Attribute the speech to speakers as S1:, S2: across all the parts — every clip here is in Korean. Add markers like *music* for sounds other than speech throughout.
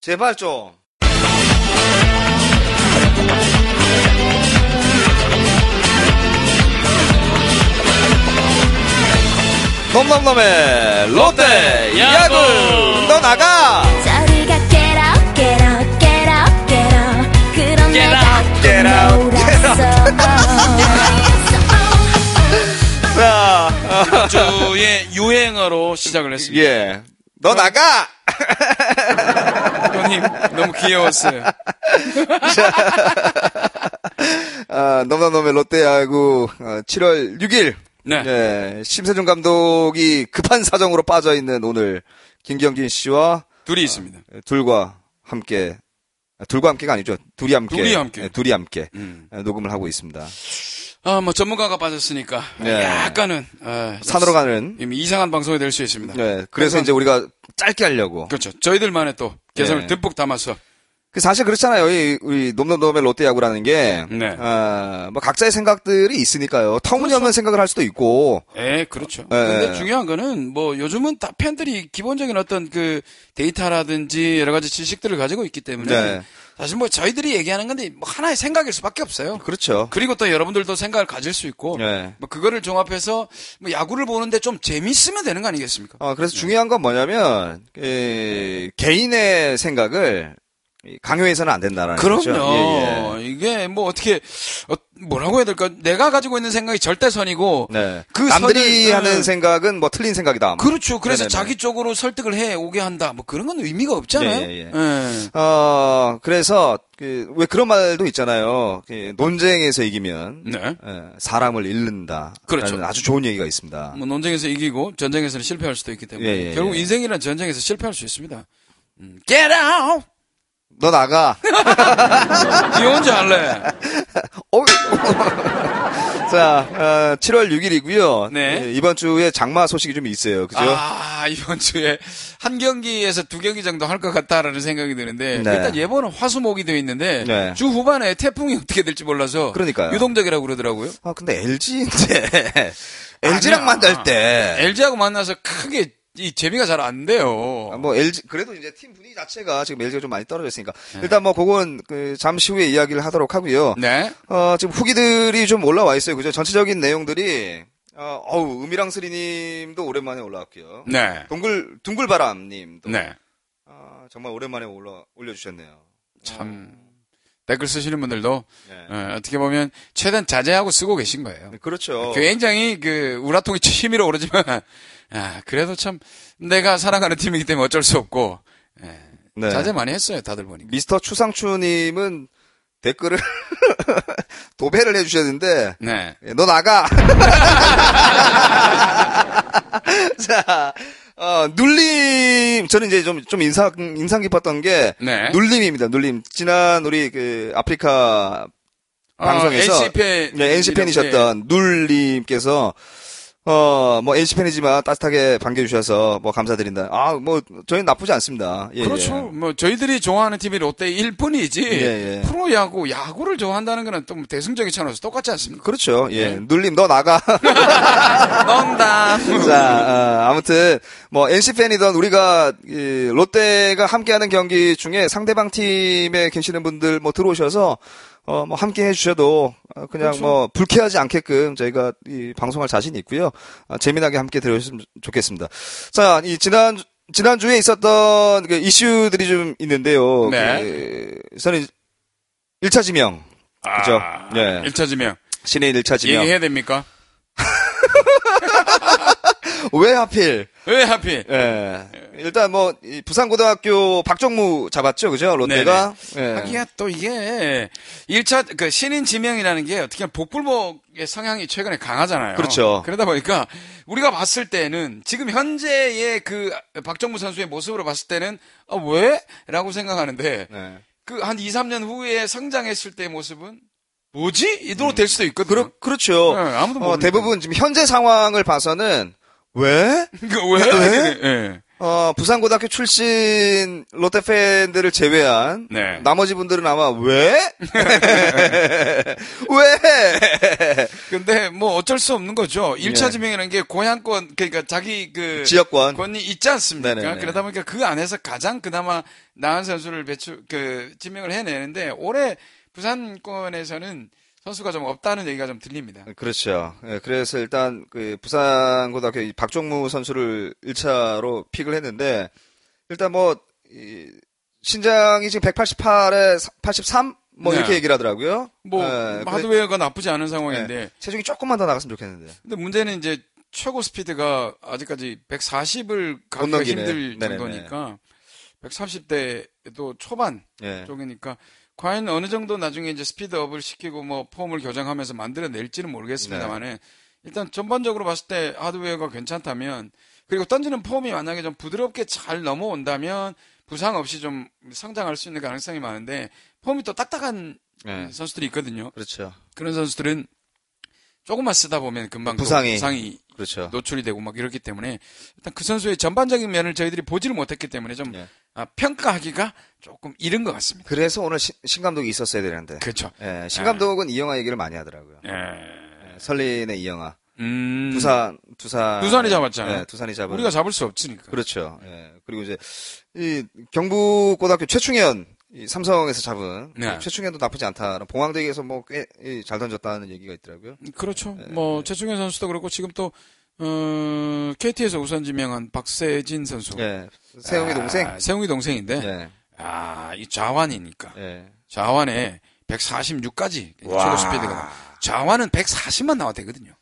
S1: 제발 좀. 놈놈놈의 롯데 야구 너 나가
S2: 저를 가 get up get up get up get up 그런
S3: Get
S2: 내가
S3: up,
S1: get up, get
S2: 놀았어 *laughs*
S1: 자 어,
S3: 주의 유행어로 시작을 했습니다.
S1: 예. 너 나가! 예.
S3: 형님 너무 귀여웠어요.
S1: 아, 넘나넘의 롯데야구 어, 7월 6일.
S3: 네.
S1: 예, 심세준 감독이 급한 사정으로 빠져있는 오늘 김경진 씨와
S3: 둘이
S1: 아,
S3: 있습니다.
S1: 둘과 함께 아, 둘과 함께가 아니죠. 둘이 함께.
S3: 둘이 함께.
S1: 예, 둘이 함께
S3: 음.
S1: 예, 녹음을 하고 있습니다.
S3: 아 뭐 전문가가 빠졌으니까
S1: 네.
S3: 약간은 아,
S1: 산으로 가는.
S3: 좀 이상한 방송이 될 수 있습니다.
S1: 예, 그래서
S3: 항상-
S1: 이제 우리가 짧게 하려고.
S3: 그렇죠. 저희들만의 또 개성을
S1: 네.
S3: 듬뿍 담아서
S1: 그 사실 그렇잖아요. 이, 우리 놈놈놈의 롯데야구라는 게,
S3: 네.
S1: 아, 뭐 각자의 생각들이 있으니까요. 터무니없는
S3: 그렇죠.
S1: 생각을 할 수도 있고,
S3: 예, 그렇죠.
S1: 예.
S3: 근데 중요한 거는 뭐 요즘은 다 팬들이 기본적인 어떤 그 데이터라든지 여러 가지 지식들을 가지고 있기 때문에
S1: 네.
S3: 사실 뭐 저희들이 얘기하는 건데 뭐 하나의 생각일 수밖에 없어요.
S1: 그렇죠.
S3: 그리고 또 여러분들도 생각을 가질 수 있고
S1: 예.
S3: 뭐 그거를 종합해서 뭐 야구를 보는데 좀 재밌으면 되는 거 아니겠습니까?
S1: 어, 그래서 중요한 건 뭐냐면, 에, 개인의 생각을 이, 강요해서는 안 된다라는 거죠.
S3: 그럼요.
S1: 아, 예, 예.
S3: 이게 뭐 어떻게 어, 뭐라고 해야 될까? 내가 가지고 있는 생각이 절대선이고
S1: 네.
S3: 그
S1: 남들이
S3: 선을-
S1: 하는
S3: 네.
S1: 생각은 뭐 틀린 생각이다.
S3: 그렇죠. 그래서
S1: 네네네.
S3: 자기 쪽으로 설득을 해 오게 한다. 뭐 그런 건 의미가 없잖아요.
S1: 네, 예, 예.
S3: 예.
S1: 어, 그래서, 그, 왜 그런 말도 있잖아요. 그 논쟁에서 이기면,
S3: 네.
S1: 예, 사람을 잃는다.
S3: 그렇죠.
S1: 아주 좋은 얘기가 있습니다.
S3: 뭐 논쟁에서 이기고 전쟁에서는 실패할 수도 있기 때문에
S1: 예, 예,
S3: 결국
S1: 예.
S3: 인생이란 전쟁에서 실패할 수 있습니다. 음, Get out!
S1: 너
S3: *laughs*
S1: 나가.
S3: 니 혼자 할래.
S1: 어이. *laughs* 자, 어, 7월 6일이고요. 예,
S3: 네.
S1: 이번 주에 장마 소식이 좀 있어요. 그죠?
S3: 아 이번 주에 한 경기에서 두 경기 정도 할 것 같다라는 생각이 드는데
S1: 네.
S3: 일단 예보는 화수목이 되어 있는데
S1: 네.
S3: 주 후반에 태풍이 어떻게 될지 몰라서
S1: 그러니까요.
S3: 유동적이라고 그러더라고요.
S1: 아, 근데 LG인데. *laughs* LG랑 만날 때.
S3: LG하고 만나서 크게 이 재미가 잘 안 돼요.
S1: 아, 뭐 LG 그래도 이제 팀 분위기 자체가 지금 LG가 좀 많이 떨어져 있으니까 일단 뭐 그건 그 잠시 후에 이야기를 하도록 하고요.
S3: 네.
S1: 어, 지금 후기들이 좀 올라와 있어요. 그죠? 전체적인 내용들이 어, 어우, 음이랑 스리님도 오랜만에 올라왔고요.
S3: 네.
S1: 동글 둥글바람님도
S3: 네.
S1: 아, 정말 오랜만에 올라 올려주셨네요.
S3: 참 댓글 쓰시는 분들도
S1: 네.
S3: 어, 어떻게 보면 최대한 자제하고 쓰고 계신 거예요.
S1: 그렇죠.
S3: 굉장히 그 우라통이 치밀어 오르지만 아, 그래도 참 내가 사랑하는 팀이기 때문에 어쩔 수 없고
S1: 네.
S3: 자제 많이 했어요. 다들 보니까.
S1: 미스터 추상추님은 댓글을 *laughs* 도배를 해주셨는데
S3: 네.
S1: 예, 너 나가. *laughs* 자, 어, 눌림. 저는 이제 좀, 좀 인상, 인상 깊었던 게.
S3: 네.
S1: 눌림입니다, 눌림. 지난 우리 그 아프리카 방송에서.
S3: 어, NC 팬.
S1: 네, NC
S3: 예.
S1: 팬이셨던 눌림께서. 어, 뭐, NC 팬이지만 따뜻하게 반겨주셔서 뭐 감사드린다. 아, 뭐, 저희는 나쁘지 않습니다. 예,
S3: 그렇죠. 뭐 저희들이 좋아하는 팀이 롯데일 뿐이지
S1: 예, 예.
S3: 프로야구 야구를 좋아한다는 거는 또 대승적인 차원에서 똑같지
S1: 예.
S3: 않습니까?
S1: 그렇죠. 예.
S3: 네.
S1: 눌림, 너 나가.
S3: 농담.
S1: *laughs* 자, 어, 아무튼 뭐 NC 팬이던 우리가 이, 롯데가 함께하는 경기 중에 상대방 팀에 계시는 분들 뭐 들어오셔서 어 뭐 함께 해주셔도 어, 그냥
S3: 그렇죠.
S1: 뭐 불쾌하지 않게끔 저희가 이 방송할 자신 이 있고요 아, 재미나게 함께 들어주셨으면 좋겠습니다. 자, 이 지난 지난 주에 있었던 그 이슈들이 좀 있는데요.
S3: 네.
S1: 그, 저는 1차 지명 그죠? 네.
S3: 1차 지명.
S1: 신인 1차 지명
S3: 아, 얘기해야 됩니까?
S1: 왜 하필
S3: 왜 하필?
S1: 예. 일단 뭐이 부산고등학교 박정무 잡았죠, 그죠? 롯데가. 예.
S3: 하기야 또 이게 1차 그 신인 지명이라는 게 어떻게 보면 복불복의 성향이 최근에 강하잖아요.
S1: 그렇죠.
S3: 그러다 보니까 우리가 봤을 때는 지금 현재의 그 박정무 선수의 모습으로 봤을 때는 아, 왜? 라고 생각하는데
S1: 네.
S3: 그 한 2, 3년 후에 성장했을 때의 모습은 뭐지? 이대로 될 수도 있거든요.
S1: 그러, 그렇죠.
S3: 예, 아무도
S1: 어,
S3: 모르니까.
S1: 대부분 지금 현재 상황을 봐서는 왜?
S3: 그 *laughs* 왜?
S1: 왜?
S3: 예.
S1: 어, 부산고등학교 출신 롯데 팬들을 제외한
S3: 네.
S1: 나머지 분들은 아마 왜?
S3: *laughs*
S1: *laughs* 왜?
S3: 근데 뭐 어쩔 수 없는 거죠. 일차
S1: 예.
S3: 지명이라는 게 고향권 그러니까 자기 그
S1: 지역권.
S3: 권이 있지 않습니까?
S1: 네네네.
S3: 그러다 보니까 그 안에서 가장 그나마 나은 선수를 배출 그 지명을 해내는데 올해 부산권에서는 선수가 좀 없다는 얘기가 좀 들립니다.
S1: 그렇죠. 예, 그래서 일단 그 부산고등학교 이 박종무 선수를 1차로 픽을 했는데 일단 뭐 이, 신장이 지금 188에 83? 뭐
S3: 네.
S1: 이렇게 얘기를 하더라고요.
S3: 뭐
S1: 예, 근데
S3: 하드웨어가 나쁘지 않은 상황인데
S1: 체중이 조금만 더 나갔으면 좋겠는데.
S3: 근데 문제는 이제 최고 스피드가 아직까지 140을 가기가
S1: 넘기네.
S3: 힘들
S1: 네네네.
S3: 정도니까 130대도 초반
S1: 예.
S3: 쪽이니까 과연 어느 정도 나중에 이제 스피드업을 시키고 뭐 폼을 교정하면서 만들어낼지는 모르겠습니다만은
S1: 네.
S3: 일단 전반적으로 봤을 때 하드웨어가 괜찮다면 그리고 던지는 폼이 만약에 좀 부드럽게 잘 넘어온다면 부상 없이 좀 성장할 수 있는 가능성이 많은데 폼이 또 딱딱한
S1: 예.
S3: 선수들이 있거든요.
S1: 그렇죠.
S3: 그런 선수들은 조금만 쓰다 보면 금방 또
S1: 부상이.
S3: 부상이
S1: 그렇죠.
S3: 아. 노출이 되고 막 이렇기 때문에 일단 그 선수의 전반적인 면을 저희들이 보지를 못했기 때문에 좀
S1: 예.
S3: 아, 평가하기가 조금 이른 것 같습니다.
S1: 그래서 오늘 신, 신 감독이 있었어야 되는데.
S3: 그렇죠.
S1: 예, 신 감독은 이영하 얘기를 많이 하더라고요.
S3: 예.
S1: 예, 설린의 이영하.
S3: 음.
S1: 두산, 두산.
S3: 두산이 잡았잖아요.
S1: 예, 두산이 잡은.
S3: 우리가 잡을 수 없으니까.
S1: 그렇죠. 예. 그리고 이제 이 경북고등학교 최충현 이 삼성에서 잡은 그
S3: 네.
S1: 최충현도 나쁘지 않다. 봉황대기에서 뭐 꽤 잘 던졌다는 얘기가 있더라고요.
S3: 그렇죠.
S1: 예.
S3: 뭐 최충현 선수도 그렇고 지금 또 어, KT에서 우선 지명한 박세진 선수.
S1: 예. 세영이
S3: 아,
S1: 동생.
S3: 세웅이 동생인데.
S1: 예.
S3: 아, 이 좌완이니까.
S1: 예.
S3: 좌완에 146까지 최고 스피드가 나. 좌완은 140만 나와야 되거든요.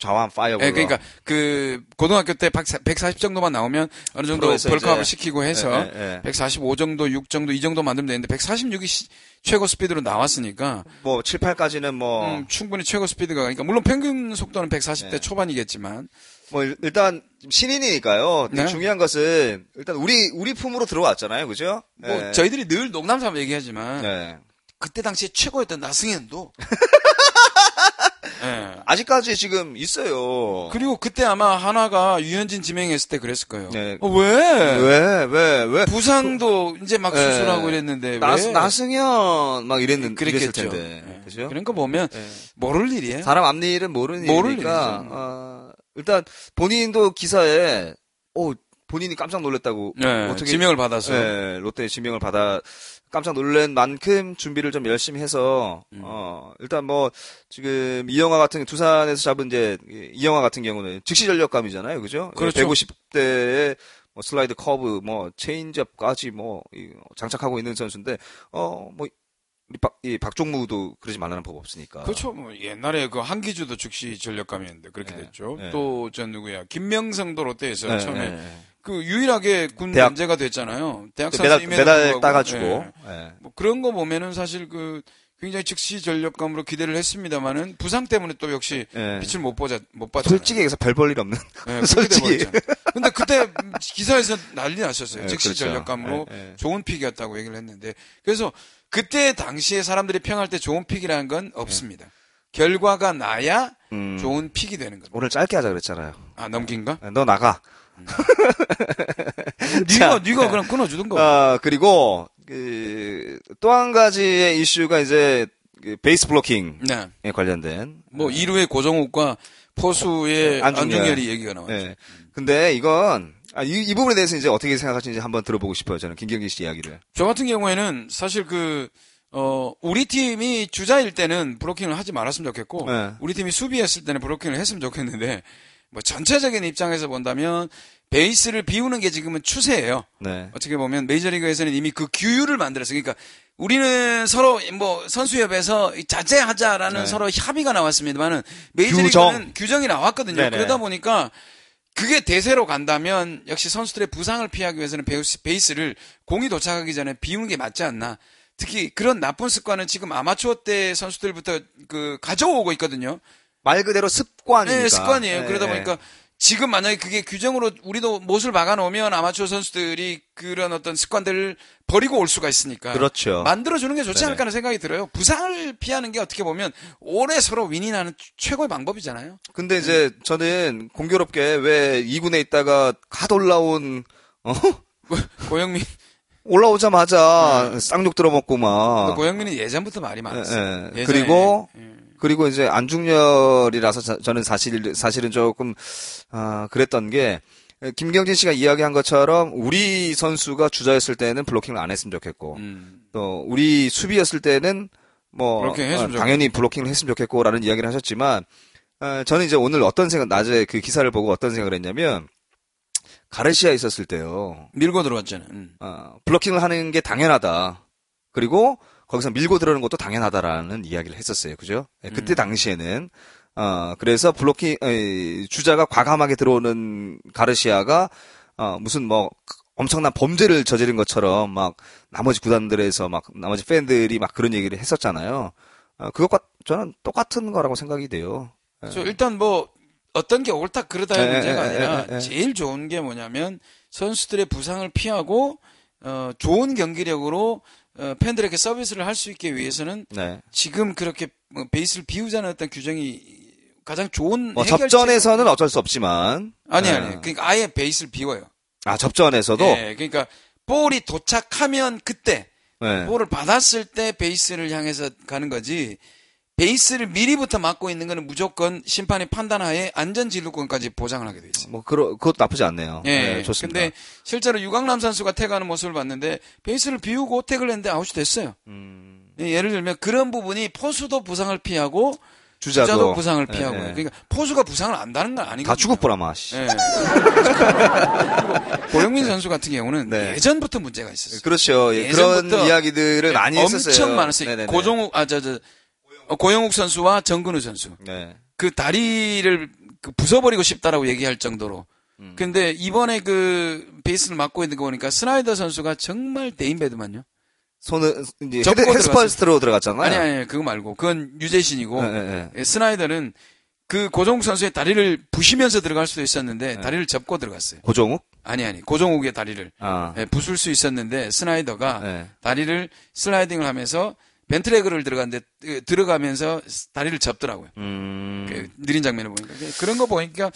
S1: 좌완 파이어.
S3: 예, 그러니까 그 고등학교 때 140 정도만 나오면 어느 정도
S1: 프로에서
S3: 벌크업을
S1: 이제-
S3: 시키고 해서
S1: 예, 예, 예.
S3: 145 정도, 6 정도 이 정도 만들면 되는데 146이 최고 스피드로 나왔으니까
S1: 뭐 7, 8까지는 뭐 뭐
S3: 음, 충분히 최고 스피드가 그러니까 물론 평균 속도는 140대
S1: 네.
S3: 초반이겠지만
S1: 뭐 일단 신인이니까요.
S3: 네.
S1: 중요한 것은 일단 우리 우리 품으로 들어왔잖아요. 그죠?
S3: 뭐
S1: 예.
S3: 저희들이 늘 농담삼아 얘기하지만
S1: 예.
S3: 그때 당시에
S1: *laughs*
S3: 최고였던 나승현도 예.
S1: 아직까지 지금 있어요.
S3: 그리고 그때 아마 하나가 유현진 지명했을 때 그랬을 거예요.
S1: 네.
S3: 어, 왜?
S1: 왜? 왜? 왜?
S3: 부상도 이제 막
S1: 예.
S3: 수술하고 이랬는데
S1: 나,
S3: 왜?
S1: 나승현 막 이랬는 그랬을
S3: 그랬겠죠.
S1: 텐데
S3: 예.
S1: 그죠?
S3: 그러니까 보면
S1: 예.
S3: 모를 일이에요.
S1: 사람 앞일은 모르는
S3: 모를
S1: 일이니까
S3: 일이죠.
S1: 어, 일단 본인도 기사에 어 본인이 깜짝 놀랐다고
S3: 예,
S1: 어떻게
S3: 지명을 받아서
S1: 예, 롯데 지명을 받아 깜짝 놀란 만큼 준비를 좀 열심히 해서
S3: 음.
S1: 어 일단 뭐 지금 이영화 같은 두산에서 잡은 이제 이- 이영화 같은 경우는 즉시 전력감이잖아요, 그죠?
S3: 그렇죠.
S1: 150대에 뭐 슬라이드 커브 뭐 체인지업까지 뭐 이- 장착하고 있는 선수인데 어뭐 우리 박, 이 박종무도 그러지 말라는 법 없으니까.
S3: 그렇죠. 뭐 옛날에 그 한기주도 즉시 전력감이었는데 그렇게
S1: 네.
S3: 됐죠.
S1: 네.
S3: 또 전 누구야 김명성도 롯데에서
S1: 네,
S3: 처음에
S1: 네, 네.
S3: 그 유일하게 군
S1: 대학- 그
S3: 면제가 됐잖아요. 대학
S1: 메달
S3: 선수임에도
S1: 메달
S3: 불구하고.
S1: 따가지고
S3: 예.
S1: 예.
S3: 뭐 그런 거 보면은 사실 그 굉장히 즉시 전력감으로 기대를 했습니다만은 부상 때문에 또 역시
S1: 예.
S3: 빛을 못 보자 못 봤잖아요.
S1: 솔직히 얘기해서 별 볼 일 *laughs* 없는
S3: 예,
S1: 솔직히.
S3: 그렇게 돼버렸잖아요.
S1: *laughs*
S3: 근데 그때 기사에서 난리 났었어요.
S1: 예,
S3: 즉시
S1: 그렇죠.
S3: 전력감으로
S1: 예, 예.
S3: 좋은 픽이었다고 얘기를 했는데 그래서 그때 당시에 사람들이 평할 때 좋은 픽이라는 건 없습니다. 결과가 나야
S1: 예. 음.
S3: 좋은 픽이 되는 겁니다.
S1: 오늘 짧게 하자 그랬잖아요.
S3: 아 넘긴가?
S1: 네, 너 나가.
S3: 음.
S1: *laughs*
S3: 네가 네가 그럼 끊어주던가.
S1: 아, 그리고 그 또 한 가지의 이슈가 이제 그 베이스 블로킹에
S3: 네.
S1: 관련된.
S3: 뭐 2루의 고정욱과 포수의
S1: 네. 안중열.
S3: 안중열이 얘기가 나왔죠.
S1: 예.
S3: 음.
S1: 근데 이건 아, 이, 이 부분에 대해서 이제 어떻게 생각하시는지 한번 들어보고 싶어요. 저는 김경진 씨 이야기를.
S3: 저 같은 경우에는 사실 그, 어, 우리 팀이 주자일 때는 브로킹을 하지 말았으면 좋겠고,
S1: 네.
S3: 우리 팀이 수비했을 때는 브로킹을 했으면 좋겠는데, 뭐 전체적인 입장에서 본다면, 베이스를 비우는 게 지금은 추세예요.
S1: 네.
S3: 어떻게 보면 메이저리그에서는 이미 그 규율을 만들었어. 그러니까 우리는 서로 뭐 선수협에서 이 자제하자라는
S1: 네.
S3: 서로 협의가 나왔습니다만은 메이저리그는
S1: 규정.
S3: 규정이 나왔거든요.
S1: 네네.
S3: 그러다 보니까 그게 대세로 간다면 역시 선수들의 부상을 피하기 위해서는 베이스- 베이스를 공이 도착하기 전에 비우는 게 맞지 않나. 특히 그런 나쁜 습관은 지금 아마추어 때 선수들부터 그 가져오고 있거든요.
S1: 말 그대로 습관이니까.
S3: 네, 습관이에요.
S1: 예,
S3: 그러다
S1: 예.
S3: 보니까 지금 만약에 그게 규정으로 우리도 못을 막아놓으면 아마추어 선수들이 그런 어떤 습관들을 버리고 올 수가 있으니까.
S1: 그렇죠.
S3: 만들어주는 게 좋지
S1: 네네.
S3: 않을까 하는 생각이 들어요. 부상을 피하는 게 어떻게 보면 올해 서로 윈윈하는 최고의 방법이잖아요.
S1: 근데 이제 저는 공교롭게 왜 2군에 있다가 갓 올라온 어? *laughs*
S3: 고- 고영민,
S1: 올라오자마자
S3: 네.
S1: 쌍욕 들어먹고 막
S3: 고영민은 예전부터 말이 많았어요.
S1: 예, 예.
S3: 예전에.
S1: 아. 그리고
S3: 예.
S1: 그리고 이제 안중열이라서 자- 저는 사실 사실은 조금 아 그랬던 게 에, 김경진 씨가 이야기한 것처럼 우리 선수가 주자였을 때는 블로킹을 안 했으면 좋겠고
S3: 음.
S1: 또 우리 수비였을 때는 뭐
S3: 블로킹 했으면
S1: 어,
S3: 좋겠고.
S1: 당연히 블로킹을 했으면 좋겠고라는 이야기를 하셨지만 어, 저는 이제 오늘 어떤 생각 낮에 그 기사를 보고 어떤 생각을 했냐면 가르시아 있었을 때요
S3: 밀고 들어왔잖아요. 음.
S1: 어, 블로킹을 하는 게 당연하다 그리고 거기서 밀고 들어오는 것도 당연하다라는 이야기를 했었어요 그죠 예, 그때
S3: 음.
S1: 당시에는 어, 그래서 블로킹 에, 주자가 과감하게 들어오는 가르시아가 어, 무슨 뭐 엄청난 범죄를 저지른 것처럼 막 나머지 구단들에서 막 나머지 팬들이 막 그런 얘기를 했었잖아요. 어, 그것과 저는 똑같은 거라고 생각이 돼요. 예.
S3: 저 일단 뭐 어떤 게 옳다 그르다의
S1: 예,
S3: 문제가
S1: 예, 예,
S3: 아니라
S1: 예, 예.
S3: 제일 좋은 게 뭐냐면 선수들의 부상을 피하고 어, 좋은 경기력으로 어, 팬들에게 서비스를 할 수 있게 위해서는
S1: 네.
S3: 지금 그렇게 뭐 베이스를 비우자는 어떤 규정이 가장 좋은
S1: 뭐
S3: 해결책-
S1: 접전에서는 어쩔 수 없지만
S3: 아니
S1: 예.
S3: 아니 그러니까 아예 베이스를 비워요.
S1: 아 접전에서도
S3: 예, 그러니까 볼이 도착하면 그때
S1: 예.
S3: 볼을 받았을 때 베이스를 향해서 가는 거지 베이스를 미리부터 막고 있는 거는 무조건 심판의 판단하에 안전 진루권까지 보장을 하게 돼 있어요.
S1: 뭐 그러 그것도 나쁘지 않네요.
S3: 예,
S1: 예, 좋습니다.
S3: 근데 실제로 유강남 선수가 태그하는 모습을 봤는데 베이스를 비우고 태그를 했는데 아웃이 됐어요.
S1: 음.
S3: 예, 예를 들면 그런 부분이 포수도 부상을 피하고
S1: 주자도,
S3: 주자도, 부상을
S1: 예,
S3: 피하고
S1: 예.
S3: 그러니까 포수가 부상을 안다는 건 아니거든요.
S1: 다 죽었보라마 씨.
S3: 예. *laughs* 그리고 고영민 선수 같은 경우는
S1: 네.
S3: 예전부터 문제가 있었어요.
S1: 그렇죠. 예, 그런
S3: 예전부터
S1: 이야기들을 많이 했었어요.
S3: 네, 엄청 많았어요.
S1: 네네네.
S3: 고종욱 아 저 저 고영욱 선수와 정근우 선수
S1: 네.
S3: 그 다리를 그 부숴버리고 싶다라고 얘기할 정도로.
S1: 음.
S3: 근데 이번에 그 베이스를 맡고 있는 거 보니까 스나이더 선수가 정말 대인배드만요.
S1: 손을 이제
S3: 접고
S1: 헤드, 헤스퍼스트로 들어갔잖아요.
S3: 아니 아니 그거 말고 그건 유재신이고
S1: 예, 예,
S3: 예, 스나이더는 그 고종욱 선수의 다리를 부시면서 들어갈 수도
S1: 네.
S3: 있었는데 다리를 접고 들어갔어요.
S1: 고종욱?
S3: 아니 아니 고종욱의 다리를
S1: 아.
S3: 예, 부술 수 있었는데 스나이더가
S1: 예.
S3: 다리를 슬라이딩을 하면서 벤트레그를 들어갔는데 예, 들어가면서 다리를 접더라고요.
S1: 음.
S3: 그 느린 장면을 보니까 그런 거 보니까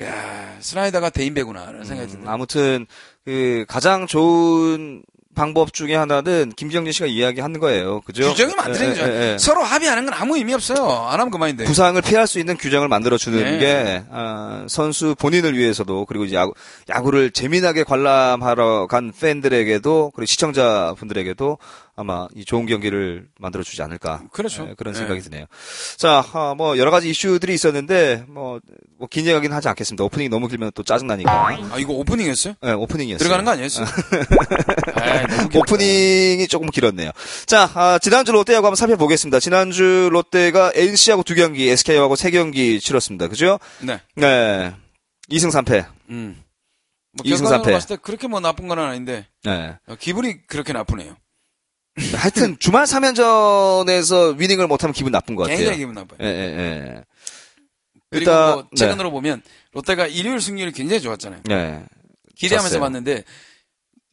S3: 야 스나이더가 대인배구나라는
S1: 음,
S3: 생각이 드네요.
S1: 아무튼 그 가장 좋은 방법 중에 하나는 김경진 씨가 이야기하는 거예요. 그죠?
S3: 규정이 만드는 거죠.
S1: 예, 예, 예.
S3: 서로 합의하는 건 아무 의미 없어요. 안 하면 그만인데.
S1: 네. 부상을 피할 수 있는 규정을 만들어 주는
S3: 네.
S1: 게 아, 선수 본인을 위해서도 그리고 이제 야구, 야구를 재미나게 관람하러 간 팬들에게도 그리고 시청자분들에게도 아마 이 좋은 경기를 만들어 주지 않을까
S3: 그렇죠.
S1: 예, 그런
S3: 예.
S1: 생각이 드네요. 자, 아, 뭐 여러 가지 이슈들이 있었는데 뭐뭐긴 얘기는 하지 않겠습니다. 오프닝 너무 길면 또 짜증 나니까. 네,
S3: 아 이거 오프닝이었어요?
S1: 오프닝이었어요.
S3: 들어가는 거 아니었어요? *laughs* 에이, 너무 웃겨.
S1: 오프닝이 조금 길었네요. 자, 아, 지난주 롯데하고 한번 살펴보겠습니다. 지난주 롯데가 NC하고 두 경기, SK하고 세 경기 치렀습니다. 그죠?
S3: 네.
S1: 네. 2승 3패.
S3: 음. 뭐
S1: 이승
S3: 결과적으로
S1: 사패.
S3: 봤을 때 그렇게 뭐 나쁜 건 아닌데
S1: 네.
S3: 어, 기분이 그렇게 나쁘네요.
S1: 하여튼 *laughs* 주말 3연전에서 위닝을 못하면 기분 나쁜 것 같아요.
S3: 굉장히 기분 나빠요.
S1: 예, 예, 예.
S3: 그리고
S1: 일단,
S3: 뭐 최근으로 보면 롯데가 일요일 승률이 굉장히 좋았잖아요.
S1: 네.
S3: 기대하면서
S1: 좋았어요.
S3: 봤는데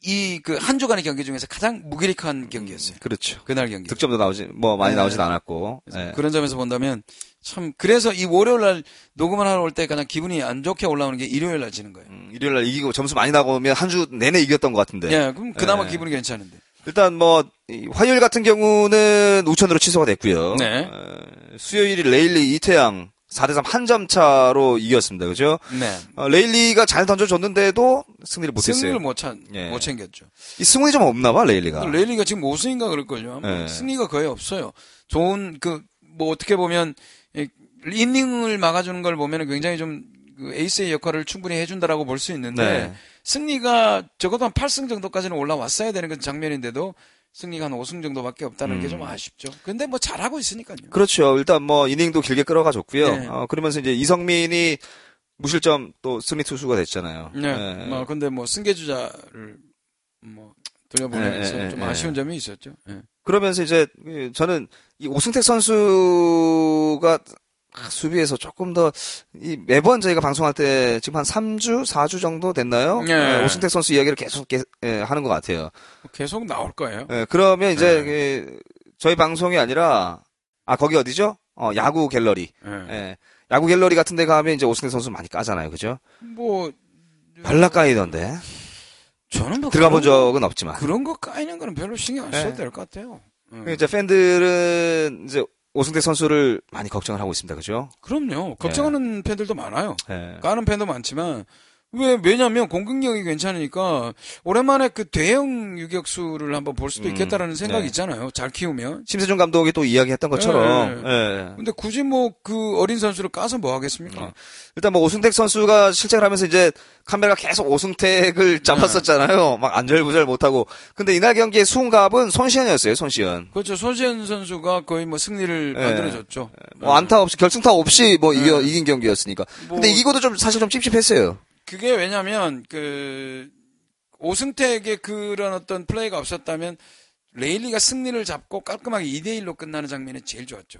S3: 이 그 한 주간의 경기 중에서 가장 무기력한 경기였어요.
S1: 그렇죠.
S3: 그날 경기.
S1: 득점도 나오지, 뭐 많이
S3: 네.
S1: 나오진 않았고.
S3: 그래서
S1: 예.
S3: 그런 점에서 본다면 참 그래서 이 월요일 날 녹음을 하러 올 때 가장 기분이 안 좋게 올라오는 게 일요일 날 지는 거예요.
S1: 음, 일요일 날 이기고 점수 많이 나오면 한 주 내내 이겼던 것 같은데.
S3: 예, 그럼 그나마
S1: 예.
S3: 기분이 괜찮은데.
S1: 일단 뭐, 이 화요일 같은 경우는 우천으로 취소가 됐고요.
S3: 네.
S1: 어, 수요일이 레일리 이태양 4대3 한 점 차로 이겼습니다. 그죠?
S3: 네.
S1: 어, 레일리가 잘 던져줬는데도 승리를 못했어요.
S3: 승리를 못, 네. 찬,
S1: 예.
S3: 못 챙겼죠.
S1: 이 승훈이 좀 없나 봐, 레일리가.
S3: 레일리가 지금 5승인가 그럴걸요. 아마
S1: 예.
S3: 승리가 거의 없어요. 좋은 그 뭐 어떻게 보면 이 이닝을 막아주는 걸 보면 은 굉장히 좀그 에이스의 역할을 충분히 해준다라고 볼 수 있는데
S1: 네.
S3: 승리가 적어도 한 8승 정도까지는 올라왔어야 되는 그 장면인데도 승리가 한 5승 정도밖에 없다는 게
S1: 음.
S3: 좀 아쉽죠. 근데 뭐 잘하고 있으니까요.
S1: 그렇죠. 일단 뭐 이닝도 길게 끌어가줬고요.
S3: 네.
S1: 어, 그러면서 이제 이성민이 무실점 또 승리 투수가 됐잖아요.
S3: 네.
S1: 예.
S3: 뭐 근데 뭐 승계주자를 뭐 돌려보내면서
S1: 예, 예,
S3: 좀
S1: 예,
S3: 아쉬운 점이 있었죠. 예.
S1: 그러면서 이제 이- 저는 이 오승택 선수가 아, 수비에서 조금 더 이 매번 저희가 방송할 때 지금 한 3주, 4주 정도 됐나요?
S3: 예.
S1: 예, 오승택 선수 이야기를 계속 게- 예, 하는 것 같아요.
S3: 계속 나올 거예요.
S1: 예, 그러면
S3: 네.
S1: 이제 그 저희 방송이 아니라 아 거기 어디죠? 어, 야구 갤러리.
S3: 예.
S1: 예. 야구 갤러리 같은 데 가면 이제 오승택 선수 많이 까잖아요. 그죠?
S3: 뭐
S1: 별나 까이던데.
S3: 저는 뭐
S1: 들어가 본
S3: 그런
S1: 적은 없지만.
S3: 그런 거 까이는 거는 별로 신경 안 써도
S1: 네. 그
S3: 될 것 같아요. 음.
S1: 이제 팬들은 이제 오승택 선수를 많이 걱정을 하고 있습니다. 그죠? 네.
S3: 그럼요. 걱정하는 네. 팬들도 많아요.
S1: 예.
S3: 까는 팬도 많지만 왜, 왜냐면 공격력이 괜찮으니까 오랜만에 그 대형 유격수를 한번 볼 수도 있겠다라는 생각이
S1: 네.
S3: 있잖아요. 잘 키우면.
S1: 심세준 감독이 또 이야기했던 것처럼
S3: 네.
S1: 예.
S3: 근데 굳이 뭐 그 어린 선수를 까서 뭐 하겠습니까?
S1: 일단 뭐 오승택 선수가 실책을 하면서 이제 카메라가 계속 오승택을 잡았었잖아요. 막 안절부절 못하고. 근데 이날 경기의 수훈갑은 손시현이었어요. 손시현.
S3: 그렇죠. 손시현 선수가 거의 뭐 승리를
S1: 네.
S3: 만들어줬죠.
S1: 뭐 안타 없이 결승타 없이 뭐 이겨 이긴 경기였으니까. 네. 근데
S3: 뭐-
S1: 이기고도 좀 사실 좀 찝찝했어요.
S3: 그게 왜냐면 그 오승택의 그런 어떤 플레이가 없었다면 레일리가 승리를 잡고 깔끔하게 2대 1로 끝나는 장면이 제일 좋았죠.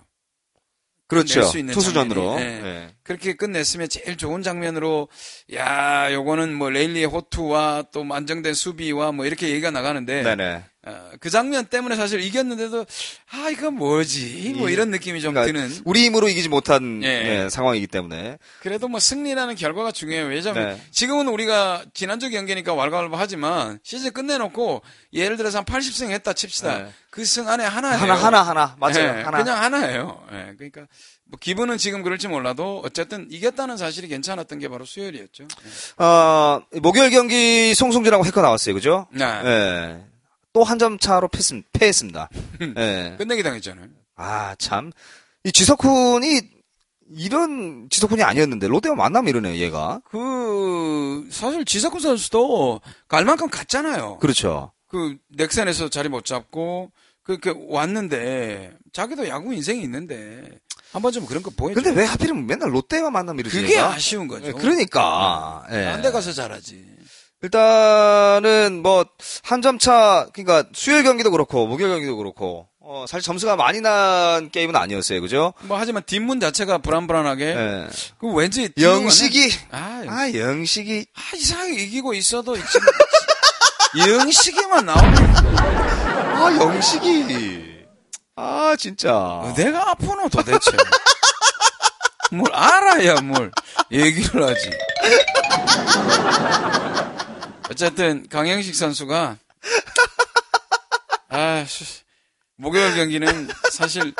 S1: 그렇죠.
S3: 수 있는
S1: 투수전으로.
S3: 장면이, 네.
S1: 예.
S3: 그렇게 끝냈으면 제일 좋은 장면으로 야, 요거는 뭐 레일리의 호투와 또 안정된 수비와 뭐 이렇게 얘기가 나가는데
S1: 예. 네네.
S3: 어, 그 장면 때문에 사실 이겼는데도 아, 이거 뭐지? 뭐
S1: 이-
S3: 이런 느낌이 좀
S1: 그러니까
S3: 드는.
S1: 우리 힘으로 이기지 못한
S3: 예.
S1: 예, 상황이기 때문에.
S3: 그래도 뭐 승리라는 결과가 중요해요. 왜냐면
S1: 네.
S3: 지금은 우리가 지난주 경기니까 왈가왈부하지만 시즌 끝내놓고 예를 들어서 한 80승 했다 칩시다.
S1: 네.
S3: 그 승 안에 하나
S1: 하나 하나 하나 맞아요. 하나.
S3: 네. 그냥 하나예요. 예, 그러니까 뭐 기분은 지금 그럴지 몰라도 어쨌든 이겼다는 사실이 괜찮았던 게 바로 수요일이었죠.
S1: 어, 목요일 경기 송승준하고 해커 나왔어요. 그죠?
S3: 네.
S1: 예. 또 한 점 차로 패스, 패했습니다.
S3: 음.
S1: 예.
S3: 끝내기 당했잖아요.
S1: 아, 참. 이 지석훈이 이런 지석훈이 아니었는데 롯데와 만나면 이러네요, 얘가.
S3: 그 사실 지석훈 선수도 갈 만큼 갔잖아요.
S1: 그렇죠.
S3: 그 넥센에서 자리 못 잡고 그렇게 왔는데 자기도 야구 인생이 있는데 한 번쯤 그런 거 보여줘.
S1: 근데 왜 하필이면 맨날 롯데와 만나면 이러지?
S3: 네, 그게 아,
S1: 얘가?
S3: 아쉬운 거죠. 네.
S1: 예, 그러니까. 예.
S3: 딴 데 가서 잘하지.
S1: 일단은 뭐 한 점 차 그러니까 수요일 경기도 그렇고 목요일 경기도 그렇고 어, 사실 점수가 많이 난 게임은 아니었어요. 그죠?
S3: 뭐 하지만 뒷문 자체가 불안불안하게
S1: 예.
S3: 그 왠지 뒷문은-
S1: 영식이
S3: 아,
S1: 아,
S3: 영식.
S1: 영식이
S3: 아, 이상하게 이기고 있어도 지금 *laughs* 영식이만 나오면
S1: 아, 영식이. 아, 진짜.
S3: 내가 아프노 도대체. 뭘 알아야 뭘 얘기를 하지. 어쨌든 강영식 선수가 아 씨, 목요일 경기는 사실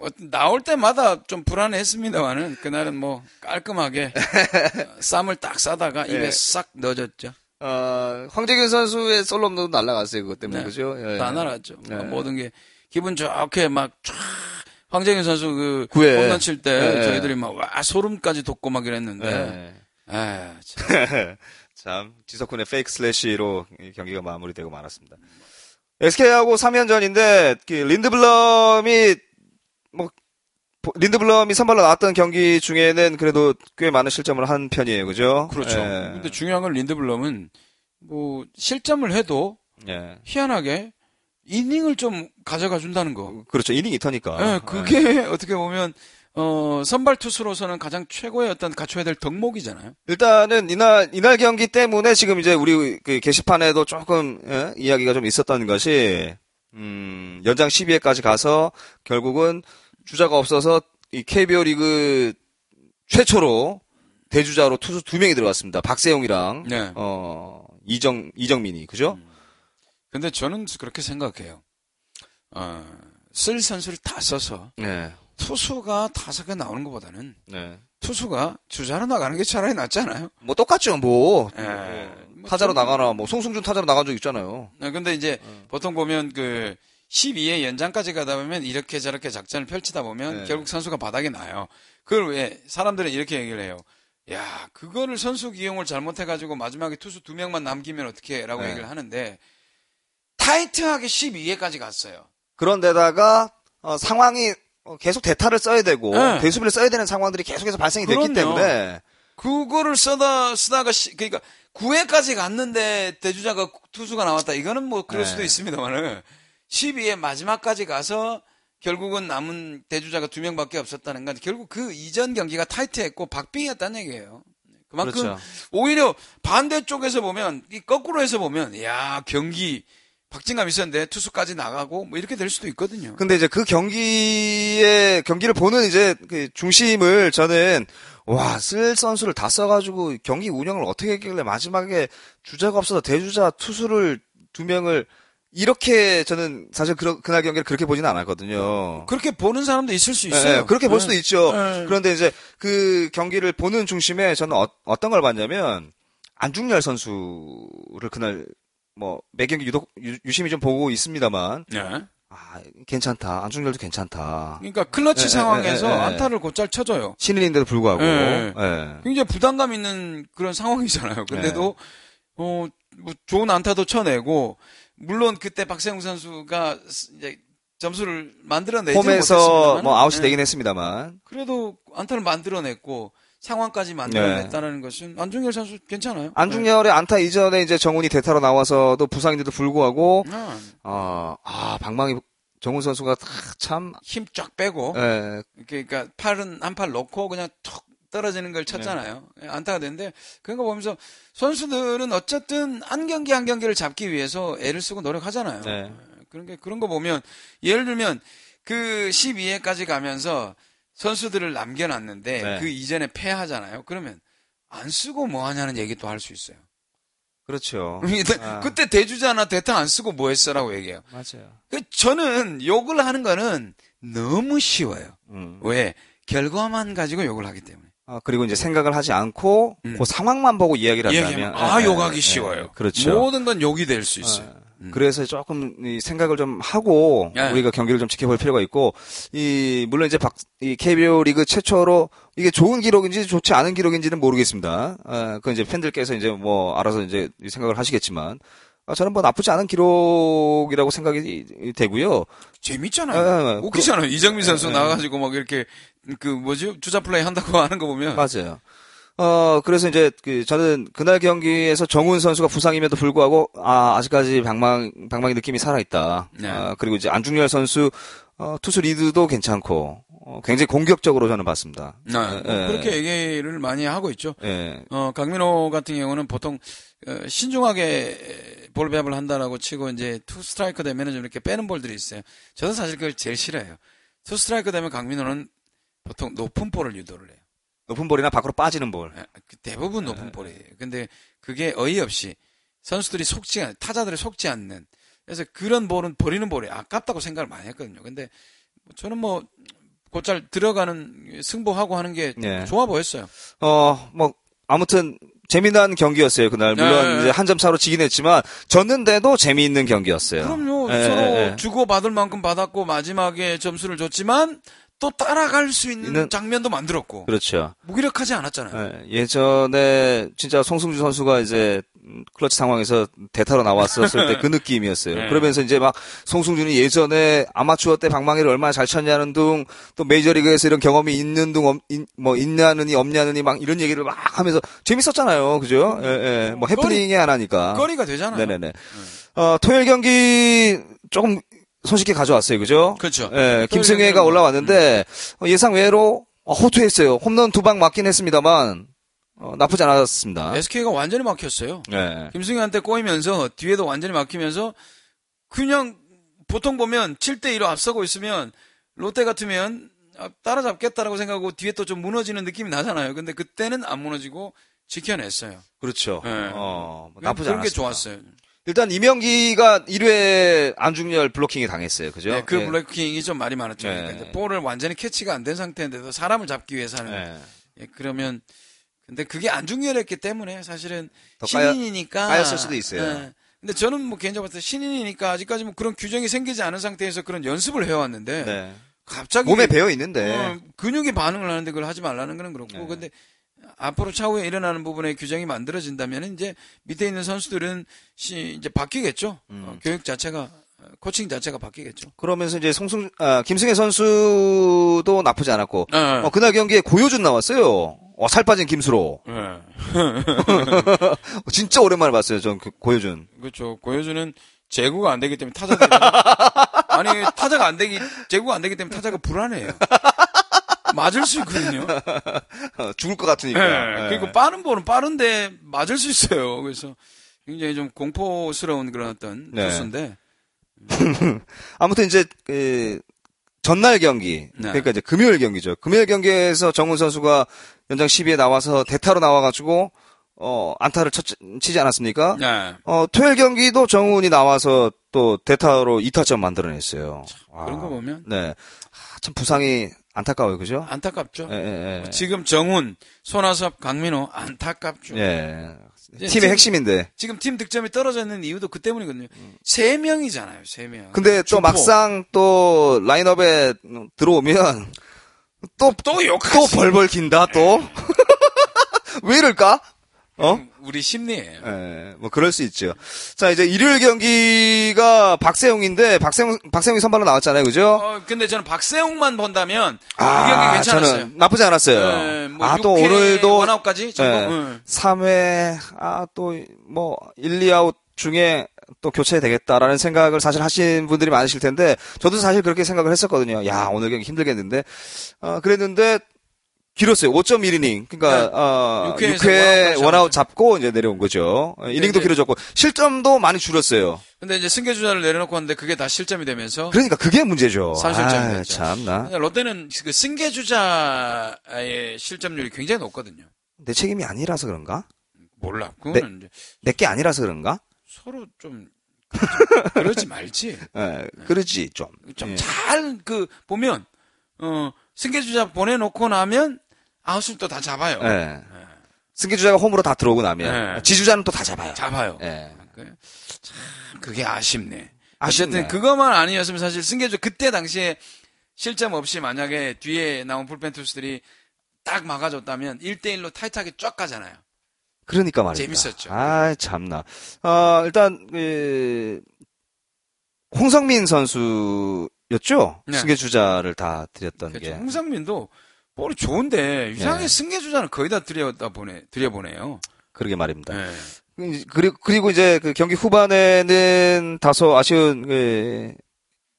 S3: 어, 나올 때마다 좀 불안했습니다만은 그날은 뭐 깔끔하게 어, 쌈을 딱 싸다가 입에
S1: 예.
S3: 싹 넣어줬죠.
S1: 어, 황재균 선수의 솔로 홈런도 날라갔어요. 그것 때문에.
S3: 네.
S1: 그죠? 예.
S3: 다 날았죠. 뭐,
S1: 예.
S3: 모든 게 기분 좋게 막 촤- 황재균 선수 그
S1: 구회.
S3: 홈런 칠 때
S1: 예.
S3: 저희들이 막 와 소름까지 돋고 막 이랬는데
S1: 예.
S3: 아, 참.
S1: *laughs* 참, 지석훈의 페이크 슬래시로 이 경기가 마무리되고 말았습니다. SK하고 3연전인데, 린드블럼이, 뭐, 보- 린드블럼이 선발로 나왔던 경기 중에는 그래도 꽤 많은 실점을 한 편이에요. 그죠?
S3: 그렇죠.
S1: 예.
S3: 근데 중요한 건 린드블럼은 뭐 실점을 해도
S1: 예.
S3: 희한하게 이닝을 좀 가져가 준다는 거.
S1: 그렇죠. 이닝이 터니까.
S3: 예, 그게 *laughs* 어떻게 보면 어 선발 투수로서는 가장 최고의 어떤 갖춰야 될 덕목이잖아요.
S1: 일단은 이날 이날 경기 때문에 지금 이제 우리 그 게시판에도 조금 예? 이야기가 좀 있었던 것이 음, 연장 12회까지 가서 결국은 주자가 없어서 이 KBO 리그 최초로 대주자로 투수 두 명이 들어갔습니다. 박세용이랑
S3: 네.
S1: 어 이정 이정민이 그죠?
S3: 근데 저는 그렇게 생각해요. 어, 쓸 선수를 다 써서
S1: 네.
S3: 투수가 타석에 나오는 것보다는
S1: 네.
S3: 투수가 주자로 나가는 게 차라리 낫잖아요.
S1: 뭐 똑같죠. 뭐
S3: 예.
S1: 뭐 타자로 나가나 뭐 송승준 타자로 나간 적 있잖아요.
S3: 네, 근데 이제
S1: 음.
S3: 보통 보면 그 12회 연장까지 가다 보면 이렇게 저렇게 작전을 펼치다 보면
S1: 네.
S3: 결국 선수가 바닥에 나요. 그걸 왜 사람들은 이렇게 얘기를 해요. 야, 그거를 선수 기용을 잘못해가지고 마지막에 투수 두 명만 남기면 어떻게 라고
S1: 네.
S3: 얘기를 하는데 타이트하게 12회까지 갔어요.
S1: 그런데다가 어, 상황이 어, 계속 대타를 써야 되고
S3: 네.
S1: 대수비를 써야 되는 상황들이 계속해서 발생이
S3: 그럼요.
S1: 됐기 때문에
S3: 그거를 쓰다 쓰다가 시- 그러니까 9회까지 갔는데 대주자가 투수가 나왔다. 이거는 뭐 그럴
S1: 네.
S3: 수도 있습니다만은 12회 마지막까지 가서 결국은 남은 대주자가 두 명밖에 없었다는 건 결국 그 이전 경기가 타이트했고 박빙이었다는 얘기예요. 그만큼
S1: 그렇죠.
S3: 오히려 반대쪽에서 보면 이 거꾸로 해서 보면 야 경기 박진감 있었는데 투수까지 나가고 뭐 이렇게 될 수도 있거든요.
S1: 근데 이제 그 경기에 경기를 보는 이제 그 중심을 저는 와 쓸 선수를 다 써가지고 경기 운영을 어떻게 했길래 마지막에 주자가 없어서 대주자 투수를 두 명을 이렇게 저는 사실 그, 그날 경기를 그렇게 보지는 않았거든요.
S3: 그렇게 보는 사람도 있을 수
S1: 예,
S3: 있어요. 네.
S1: 예, 그렇게 볼 수도 있죠.
S3: 예.
S1: 그런데 이제 그 경기를 보는 중심에 저는 어, 떤걸 봤냐면 안중열 선수를 그날 뭐 매경기 유독 유, 유심히 좀 보고 있습니다만
S3: 네.
S1: 아 괜찮다 안중열도 괜찮다
S3: 그러니까 클러치
S1: 예, 예,
S3: 상황에서
S1: 예, 예, 예.
S3: 안타를 곧잘 쳐줘요.
S1: 신인인데도 불구하고
S3: 예,
S1: 예.
S3: 굉장히 부담감 있는 그런 상황이잖아요. 근데도 어, 뭐 좋은 안타도 쳐내고 물론 그때 박세웅 선수가 스- 이제 점수를 만들어내지
S1: 홈에서
S3: 네, 못했습니다만
S1: 뭐 아웃이
S3: 예.
S1: 되긴 했습니다만
S3: 그래도 안타를 만들어냈고 상황까지 만들어냈다는 것은 안중열 선수 괜찮아요.
S1: 네. 안중열의 안타 이전에 이제 정훈이 대타로 나와서도 부상인데도 불구하고
S3: 네. 음,
S1: 어, 아 방망이 정훈 선수가 다 참,
S3: 힘쫙 빼고
S1: 예,
S3: 이렇게 그러니까 팔은 한 팔 넣고 그냥 툭 떨어지는 걸 쳤잖아요.
S1: 네.
S3: 예, 안타가 됐는데 그런 거 보면서 선수들은 어쨌든 한 경기 한 경기를 잡기 위해서 애를 쓰고 노력하잖아요.
S1: 네.
S3: 예, 그런 게 그런 거 보면 예를 들면 그 12회까지 가면서 선수들을 남겨놨는데
S1: 네.
S3: 그 이전에 패하잖아요. 그러면 안 쓰고 뭐 하냐는 얘기도 할 수 있어요.
S1: 그렇죠. 아.
S3: *laughs* 그때 대주자나 대타 안 쓰고 뭐 했어라고 얘기해요.
S1: 맞아요.
S3: 그 저는 욕을 하는 거는 너무 쉬워요.
S1: 음.
S3: 왜? 결과만 가지고 욕을 하기 때문에.
S1: 아, 그리고 이제 생각을 하지 않고
S3: 음.
S1: 그 상황만 보고 이야기를 한다면
S3: 얘기하면 아
S1: 예,
S3: 욕하기
S1: 예,
S3: 쉬워요.
S1: 예, 그렇죠.
S3: 모든 건 욕이 될 수 있어요. 음.
S1: 예. 그래서 조금 이 생각을 좀 하고
S3: 예.
S1: 우리가 경기를 좀 지켜볼 필요가 있고 이 물론 이제 박 이 KBO 리그 최초로 이게 좋은 기록인지 좋지 않은 기록인지는 모르겠습니다. 아, 그 이제 팬들께서 이제 뭐 알아서 이제 이 생각을 하시겠지만 아, 저는 뭐 나쁘지 않은 기록이라고 생각이 이- 이 되고요.
S3: 재밌잖아요.
S1: 예, 예.
S3: 웃기잖아요. 이정민 선수
S1: 예, 예.
S3: 나가지고 막 이렇게 그 뭐지 주자 플레이 한다고 *laughs* 하는 거 보면
S1: 맞아요. 어, 그래서 이제 그 저는 그날 경기에서 정훈 선수가 부상임에도 불구하고 아, 아직까지 방망 방망이 느낌이 살아 있다.
S3: 네.
S1: 아, 그리고 이제 안중열 선수 어, 투수 리드도 괜찮고 어, 굉장히 공격적으로 저는 봤습니다.
S3: 네, 뭐
S1: 예, 예.
S3: 그렇게 얘기를 많이 하고 있죠.
S1: 예.
S3: 어, 강민호 같은 경우는 보통 어, 신중하게 볼배합을 한다라고 치고 이제 투 스트라이크 되면은 좀 이렇게 빼는 볼들이 있어요. 저는 사실 그걸 제일 싫어해요. 투 스트라이크 되면 강민호는 보통 높은 볼을 유도를 해요.
S1: 높은 볼이나 밖으로 빠지는 볼.
S3: 아, 그 대부분 높은 볼이에요. 근데 그게 어이없이 선수들이 속지 않, 타자들이 속지 않는. 그래서 그런 볼은 버리는 볼이 아깝다고 생각을 많이 했거든요. 근데 저는 뭐 곧잘 들어가는 승부하고 하는 게
S1: 네.
S3: 좋아 보였어요.
S1: 어, 뭐 아무튼 재미난 경기였어요 그날. 물론
S3: 네.
S1: 이제 한 점 차로 지긴 했지만 졌는데도 재미있는 경기였어요.
S3: 그럼요.
S1: 예,
S3: 서로
S1: 예, 예.
S3: 주고 받을 만큼 받았고 마지막에 점수를 줬지만 또 따라갈 수 있는,
S1: 있는-
S3: 장면도 만들었고
S1: 그렇죠.
S3: 무기력하지 않았잖아요.
S1: 예, 예전에 진짜 송승주 선수가 이제 음, 클러치 상황에서 대타로 나왔었을
S3: *laughs*
S1: 때 그 느낌이었어요.
S3: 네.
S1: 그러면서 이제 막 송승준이 예전에 아마추어 때 방망이를 얼마나 잘 쳤냐는 둥 또 메이저리그에서 이런 경험이 있는 둥, 없- 인- 뭐 있냐느니 없냐느니 막 이런 얘기를 막 하면서 재밌었잖아요. 그죠? 예, 예. 뭐 해프닝이 안 하니까.
S3: 거리가 되잖아요.
S1: 네네네. 어, 토요일 경기 조금 손쉽게 가져왔어요. 그죠?
S3: 그렇죠.
S1: 예,
S3: 토요일 경기는
S1: 김승혜가 올라왔는데 어, 예상 외로 어, 호투했어요. 홈런 두 방 맞긴 했습니다만 어, 나쁘지 않았습니다.
S3: SK가 완전히 막혔어요.
S1: 예.
S3: 김승현한테 꼬이면서 뒤에도 완전히 막히면서 그냥 보통 보면 7대 1로 앞서고 있으면 롯데 같으면 아, 따라잡겠다라고 생각하고 뒤에 또 좀 무너지는 느낌이 나잖아요. 근데 그때는 안 무너지고 지켜냈어요.
S1: 그렇죠.
S3: 예.
S1: 어, 뭐 나쁘지
S3: 그런
S1: 않았습니다.
S3: 게 좋았어요.
S1: 일단 이명기가 1회 안중열 블로킹이 당했어요. 그죠?
S3: 네, 그
S1: 예.
S3: 블랙킹이 좀 많이 많았죠.
S1: 예.
S3: 그러니까 이제 볼을 완전히 캐치가 안 된 상태인데도 사람을 잡기 위해서 하는.
S1: 예.
S3: 예, 그러면 근데 그게 안 중요했기 때문에 사실은
S1: 더 까여-
S3: 신인이니까
S1: 까였을 수도 있어요.
S3: 예. 근데 저는 뭐 개인적으로 봤을 때 신인이니까 아직까지 뭐 그런 규정이 생기지 않은 상태에서 그런 연습을 해왔는데
S1: 네.
S3: 갑자기
S1: 몸에 배어 있는데
S3: 어, 근육이 반응을 하는데 그걸 하지 말라는 거는 그렇고
S1: 네.
S3: 근데 앞으로 차후에 일어나는 부분에 규정이 만들어진다면 이제 밑에 있는 선수들은 시, 이제 바뀌겠죠.
S1: 음.
S3: 어, 교육 자체가 어, 코칭 자체가 바뀌겠죠.
S1: 그러면서 이제 송승 아, 김승혜 선수도 나쁘지 않았고
S3: 예.
S1: 어, 그날 경기에 고효준 나왔어요. 어, 살 빠진 김수로.
S3: 예.
S1: 진짜 오랜만에 봤어요. 전 그, 고효준.
S3: 그렇죠. 고효준은 재구가 안 되기 때문에 타자들이 아니 타자가 안 되기 재구가 안 되기 때문에 타자가 불안해요. 맞을 수 있거든요.
S1: 어, 죽을 것
S3: 예.
S1: 같으니까. 예.
S3: 그리고 빠른 볼은 빠른데 맞을 수 있어요. 그래서 굉장히 좀 공포스러운 그런 어떤
S1: 네.
S3: 투수인데
S1: 아무튼 이제 그 전날 경기
S3: 네.
S1: 그러니까 이제 금요일 경기죠. 금요일 경기에서 정훈 선수가 연장 10위에 나와서 대타로 나와가지고 어 안타를 쳐, 치지 않았습니까?
S3: 네.
S1: 어 토요일 경기도 정훈이 나와서 또 대타로 2타점 만들어냈어요. 와.
S3: 그런 거 보면
S1: 네. 아, 참 부상이 안타까워요, 그죠?
S3: 안타깝죠.
S1: 예, 예, 예.
S3: 지금 정훈, 손아섭, 강민호 안타깝죠.
S1: 예.
S3: 예,
S1: 팀의
S3: 팀-
S1: 핵심인데. 음.
S3: 지금 팀 득점이 떨어져 있는 이유도 그 때문이거든요. 세 명이잖아요, 세 명.
S1: 근데 또
S3: 주포.
S1: 막상 또 라인업에 들어오면 또,
S3: 또
S1: 또
S3: 욕하지.
S1: 벌벌 긴다, 또. *laughs* 왜 이럴까? 어?
S3: 우리 심리예요.
S1: 예, 뭐 그럴 수 있죠. 자, 이제 일요일 경기가 박세웅인데 박세웅 박세웅이 선발로 나왔잖아요. 그죠?
S3: 어, 근데 저는 박세웅만 본다면
S1: 아,
S3: 이 경기 괜찮았어요.
S1: 저는 나쁘지 않았어요.
S3: 예, 뭐
S1: 아, 또
S3: 육회
S1: 오늘도 네.
S3: 원아웃까지 전부, 예.
S1: 3회 아 또 뭐 1, 2아웃 중에 또 교체되겠다라는 생각을 사실 하신 분들이 많으실 텐데 저도 사실 그렇게 생각을 했었거든요. 야, 오늘 경기 힘들겠는데. 어, 그랬는데 길었어요. 5.1이닝. 그러니까 어,
S3: 네. 육회에서 그렇죠. 네,
S1: 6회
S3: 원아웃
S1: 원아웃 잡고 이제 내려온 거죠. 어, 이닝도
S3: 이제-
S1: 길어졌고 실점도 많이 줄었어요.
S3: 근데 이제 승계 주자를 내려놓고 하는데 그게 다 실점이 되면서
S1: 그러니까 그게 문제죠.
S3: 사실점이
S1: 아유,
S3: 됐죠.
S1: 참나.
S3: 롯데는 그 승계 주자의 실점률이 굉장히 높거든요.
S1: 내 책임이 아니라서 그런가?
S3: 몰라.
S1: 네.
S3: 그거는 이제
S1: 내 게 아니라서 그런가?
S3: 서로 좀 그러지
S1: *laughs*
S3: 말지.
S1: 예, 그러지 좀. 예.
S3: 좀 잘 그 보면 어 승계 주자 보내놓고 나면 아웃을 또 다 잡아요.
S1: 예. 승기 주자가 홈으로 다 들어오고 나면
S3: 예.
S1: 지주자는 또 다 잡아요.
S3: 잡아요.
S1: 예.
S3: 그- 참 그게 아쉽네.
S1: 아쉽네.
S3: 어쨌든 그것만 아니었으면 사실 승계주 그때 당시에 실점 없이 만약에 뒤에 나온 불펜 투수들이 딱 막아줬다면 1대1로 타이트하게 쫙 가잖아요.
S1: 그러니까 말이야.
S3: 재밌었죠.
S1: 아, 참나. 어, 일단 예, 홍성민 선수였죠.
S3: 네.
S1: 승기 주자를 다 드렸던
S3: 그렇죠.
S1: 게.
S3: 홍상민도 볼이 좋은데 이상하게
S1: 예.
S3: 승계주자는 거의 다 들여다 보내 들여보내요.
S1: 그러게 말입니다.
S3: 예.
S1: 그리고, 그리고 이제 그 경기 후반에는 다소 아쉬운 그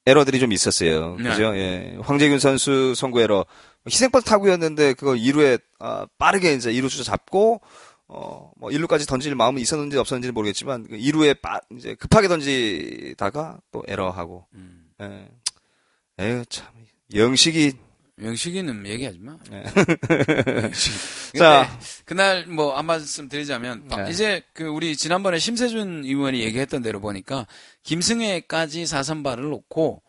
S1: 에러들이 좀 있었어요.
S3: 네.
S1: 그죠? 예. 황재균 선수 선구 에러. 희생버스 타구였는데 그걸 2루에 아, 빠르게 이제 2루수 잡고 어, 뭐 1루까지 던질 마음은 있었는지 없었는지는 모르겠지만 2루에 빠, 이제 급하게 던지다가 또 에러하고.
S3: 음.
S1: 예. 에휴 참 영식이
S3: 명식이는 얘기하지 마.
S1: 자.
S3: 자, 그날 뭐 한 말씀 드리자면 바-
S1: 네.
S3: 이제 그 우리 지난번에 심세준 의원이 얘기했던 대로 보니까 김승혜까지 4선발을 놓고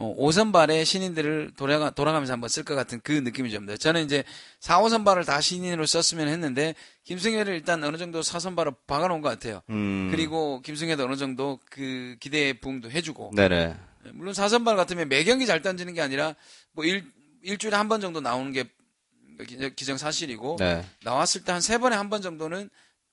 S3: 어, 5선발에 신인들을 돌아가, 돌아가면서 한번 쓸 것 같은 그 느낌이 좀 들어요. 저는 이제 4, 5선발을 다 신인으로 썼으면 했는데 김승혜를 일단 어느 정도 4선발로 박아놓은 것 같아요.
S1: 음.
S3: 그리고 김승혜도 어느 정도 그 기대에 부응도 해주고
S1: 네네.
S3: 물론 4선발 같으면 매 경기 잘 던지는 게 아니라 뭐 일, 일주일에 한 번 정도 나오는 게 기- 기정사실이고
S1: 네.
S3: 나왔을 때 한 세 번에 한 번 정도는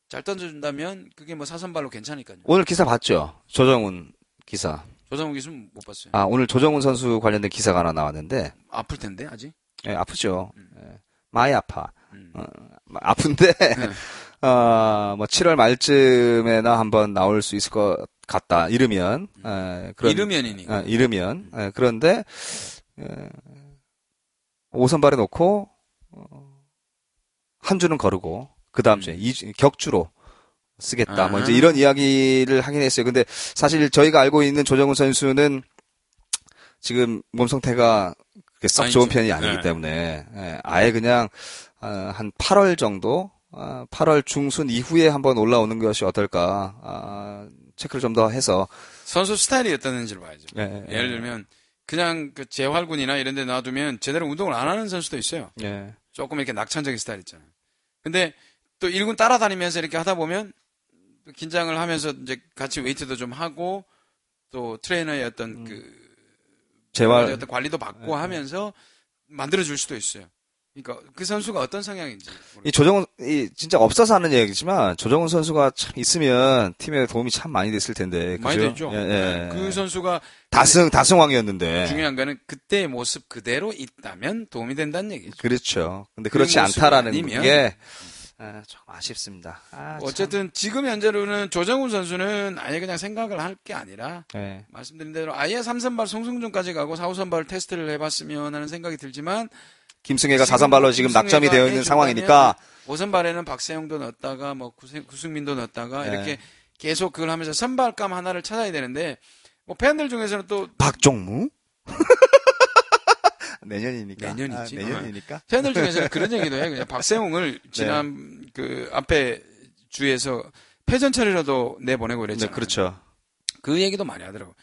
S3: 잘 던져준다면 그게 뭐 4선발로 괜찮으니까요.
S1: 오늘 기사 봤죠? 조정훈 기사.
S3: 조상욱 기수는 못 봤어요.
S1: 아, 오늘 조정훈 선수 관련된 기사가 하나 나왔는데
S3: 아플 텐데 아직.
S1: 예, 아프죠. 예, 많이 아파.
S3: 음.
S1: 어, 아픈데, *laughs* 어, 뭐, 7월 말쯤에나 한번 나올 수 있을 것 같다. 이르면, 예, 그런,
S3: 이르면이니.
S1: 어, 이르면. 예, 그런데, 예, 5선발에 놓고, 어, 한 주는 거르고, 그 다음 주에 이 주- 격주로 쓰겠다. 뭐, 이제
S3: 아.
S1: 이런 이야기를 하긴 했어요. 근데 사실 저희가 알고 있는 조정훈 선수는 지금 몸 상태가 그렇게 썩
S3: 아니죠.
S1: 좋은 편이 아니기
S3: 네.
S1: 때문에 예, 아예 그냥 어, 한 8월 정도, 아, 8월 중순 이후에 한번 올라오는 것이 어떨까 아, 체크를 좀 더 해서
S3: 선수 스타일이 어떤지를 봐야죠.
S1: 예, 예,
S3: 예를 들면 그냥 그 재활군이나 이런 데 놔두면 제대로 운동을 안 하는 선수도 있어요.
S1: 예,
S3: 조금 이렇게 낙천적인 스타일 있잖아요. 근데 또 일군 따라다니면서 이렇게 하다 보면 또 긴장을 하면서 이제 같이 웨이트도 좀 하고 또 트레이너의
S1: 음.
S3: 어떤 그
S1: 재활
S3: 어떤 관리도
S1: 네,
S3: 받고 하면서 만들어 줄 수도 있어요. 그러니까 그 선수가 어떤 성향인지
S1: 이 조정훈 이 진짜 없어서 하는 얘기지만 조정훈 선수가 참 있으면 팀에 도움이 참 많이 됐을 텐데
S3: 많이
S1: 그죠?
S3: 되죠.
S1: 예, 예.
S3: 그 선수가
S1: 다승 다승왕이었는데
S3: 중요한 거는 그때의 모습 그대로 있다면 도움이 된다는 얘기죠.
S1: 그렇죠. 근데
S3: 그
S1: 그렇지
S3: 모습이
S1: 않다라는
S3: 아니면-
S1: 게 아, 조금 아쉽습니다. 아, 참.
S3: 어쨌든 지금 현재로는 조정훈 선수는 아예 그냥 생각을 할 게 아니라
S1: 예.
S3: 말씀드린 대로 아예 3선발 송승준까지 가고 4, 5선발 테스트를 해봤으면 하는 생각이 들지만
S1: 김승혜가 사선발로 지금
S3: 김승혜가
S1: 낙점이 되어 있는
S3: 해준다면
S1: 상황이니까
S3: 5선발에는 박세영도 넣었다가 뭐 구세- 구승민도 넣었다가
S1: 네.
S3: 이렇게 계속 그걸 하면서 선발감 하나를 찾아야 되는데 뭐 팬들 중에서는 또
S1: 박종무 *laughs* 내년이니까
S3: 내년이지.
S1: 아, 내년이니까
S3: 팬들 중에서는 그런 얘기도 해요.
S1: *laughs*
S3: 그냥 박세웅을
S1: 네.
S3: 지난 그 앞에 주에서 패전철이라도 내보내고
S1: 네
S3: 이랬잖아요.
S1: 그렇죠
S3: 그 얘기도 많이 하더라고.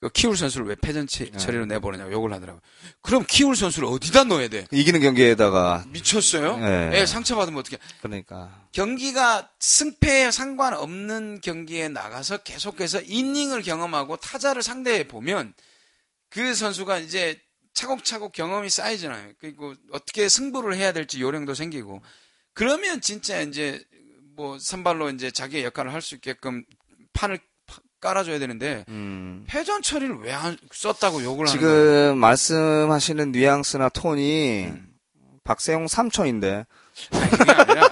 S3: 이거 키울 선수를 왜 패전
S1: 네.
S3: 처- 처리로 내보내냐고 욕을 하더라고요. 그럼 키울 선수를 어디다 넣어야 돼?
S1: 이기는 경기에다가
S3: 미쳤어요?
S1: 예.
S3: 예, 상처받으면 어떻게
S1: 그러니까
S3: 경기가 승패에 상관없는 경기에 나가서 계속해서 이닝을 경험하고 타자를 상대해 보면 그 선수가 이제 차곡차곡 경험이 쌓이잖아요. 그리고 어떻게 승부를 해야 될지 요령도 생기고 그러면 진짜 이제 뭐 선발로 이제 자기의 역할을 할 수 있게끔 판을 파- 깔아줘야 되는데 패전 처리를 왜 안- 썼다고 욕을 하는 거예요?
S1: 지금 말씀하시는 뉘앙스나 톤이
S3: 음.
S1: 박세용 삼촌인데
S3: 아니, 그게 아니라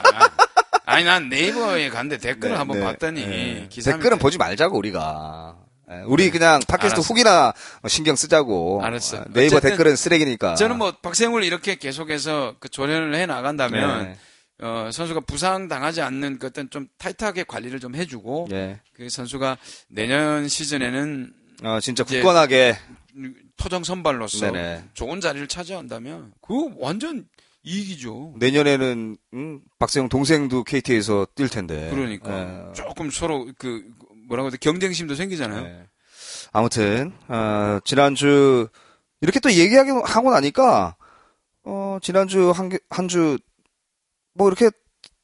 S3: 아니 난 네이버에 갔는데 댓글을
S1: 네,
S3: 한번
S1: 네,
S3: 봤더니
S1: 네.
S3: 기사
S1: 댓글은 보지 말자고 우리가 예, 우리 그냥 팟캐스트
S3: 네. 알았어.
S1: 후기나 신경 쓰자고
S3: 알았어.
S1: 아, 네이버
S3: 어쨌든
S1: 댓글은 쓰레기니까
S3: 저는 뭐 박세웅을 이렇게 계속해서 그 조련을 해 나간다면
S1: 네.
S3: 어, 선수가 부상 당하지 않는 그 어떤 좀 타이트하게 관리를 좀 해주고
S1: 예.
S3: 그 선수가 내년 시즌에는
S1: 어, 진짜
S3: 이제-
S1: 굳건하게
S3: 토정 선발로서
S1: 네네.
S3: 좋은 자리를 차지한다면 그거 완전 이익이죠.
S1: 내년에는 음, 박세용 동생도 KT에서 뛸 텐데
S3: 그러니까
S1: 예.
S3: 조금 서로 그 뭐라고 해야 돼 경쟁심도 생기잖아요.
S1: 네. 아무튼 어, 지난주 이렇게 또 얘기하기 하고 나니까 어, 지난주 한한주 뭐 이렇게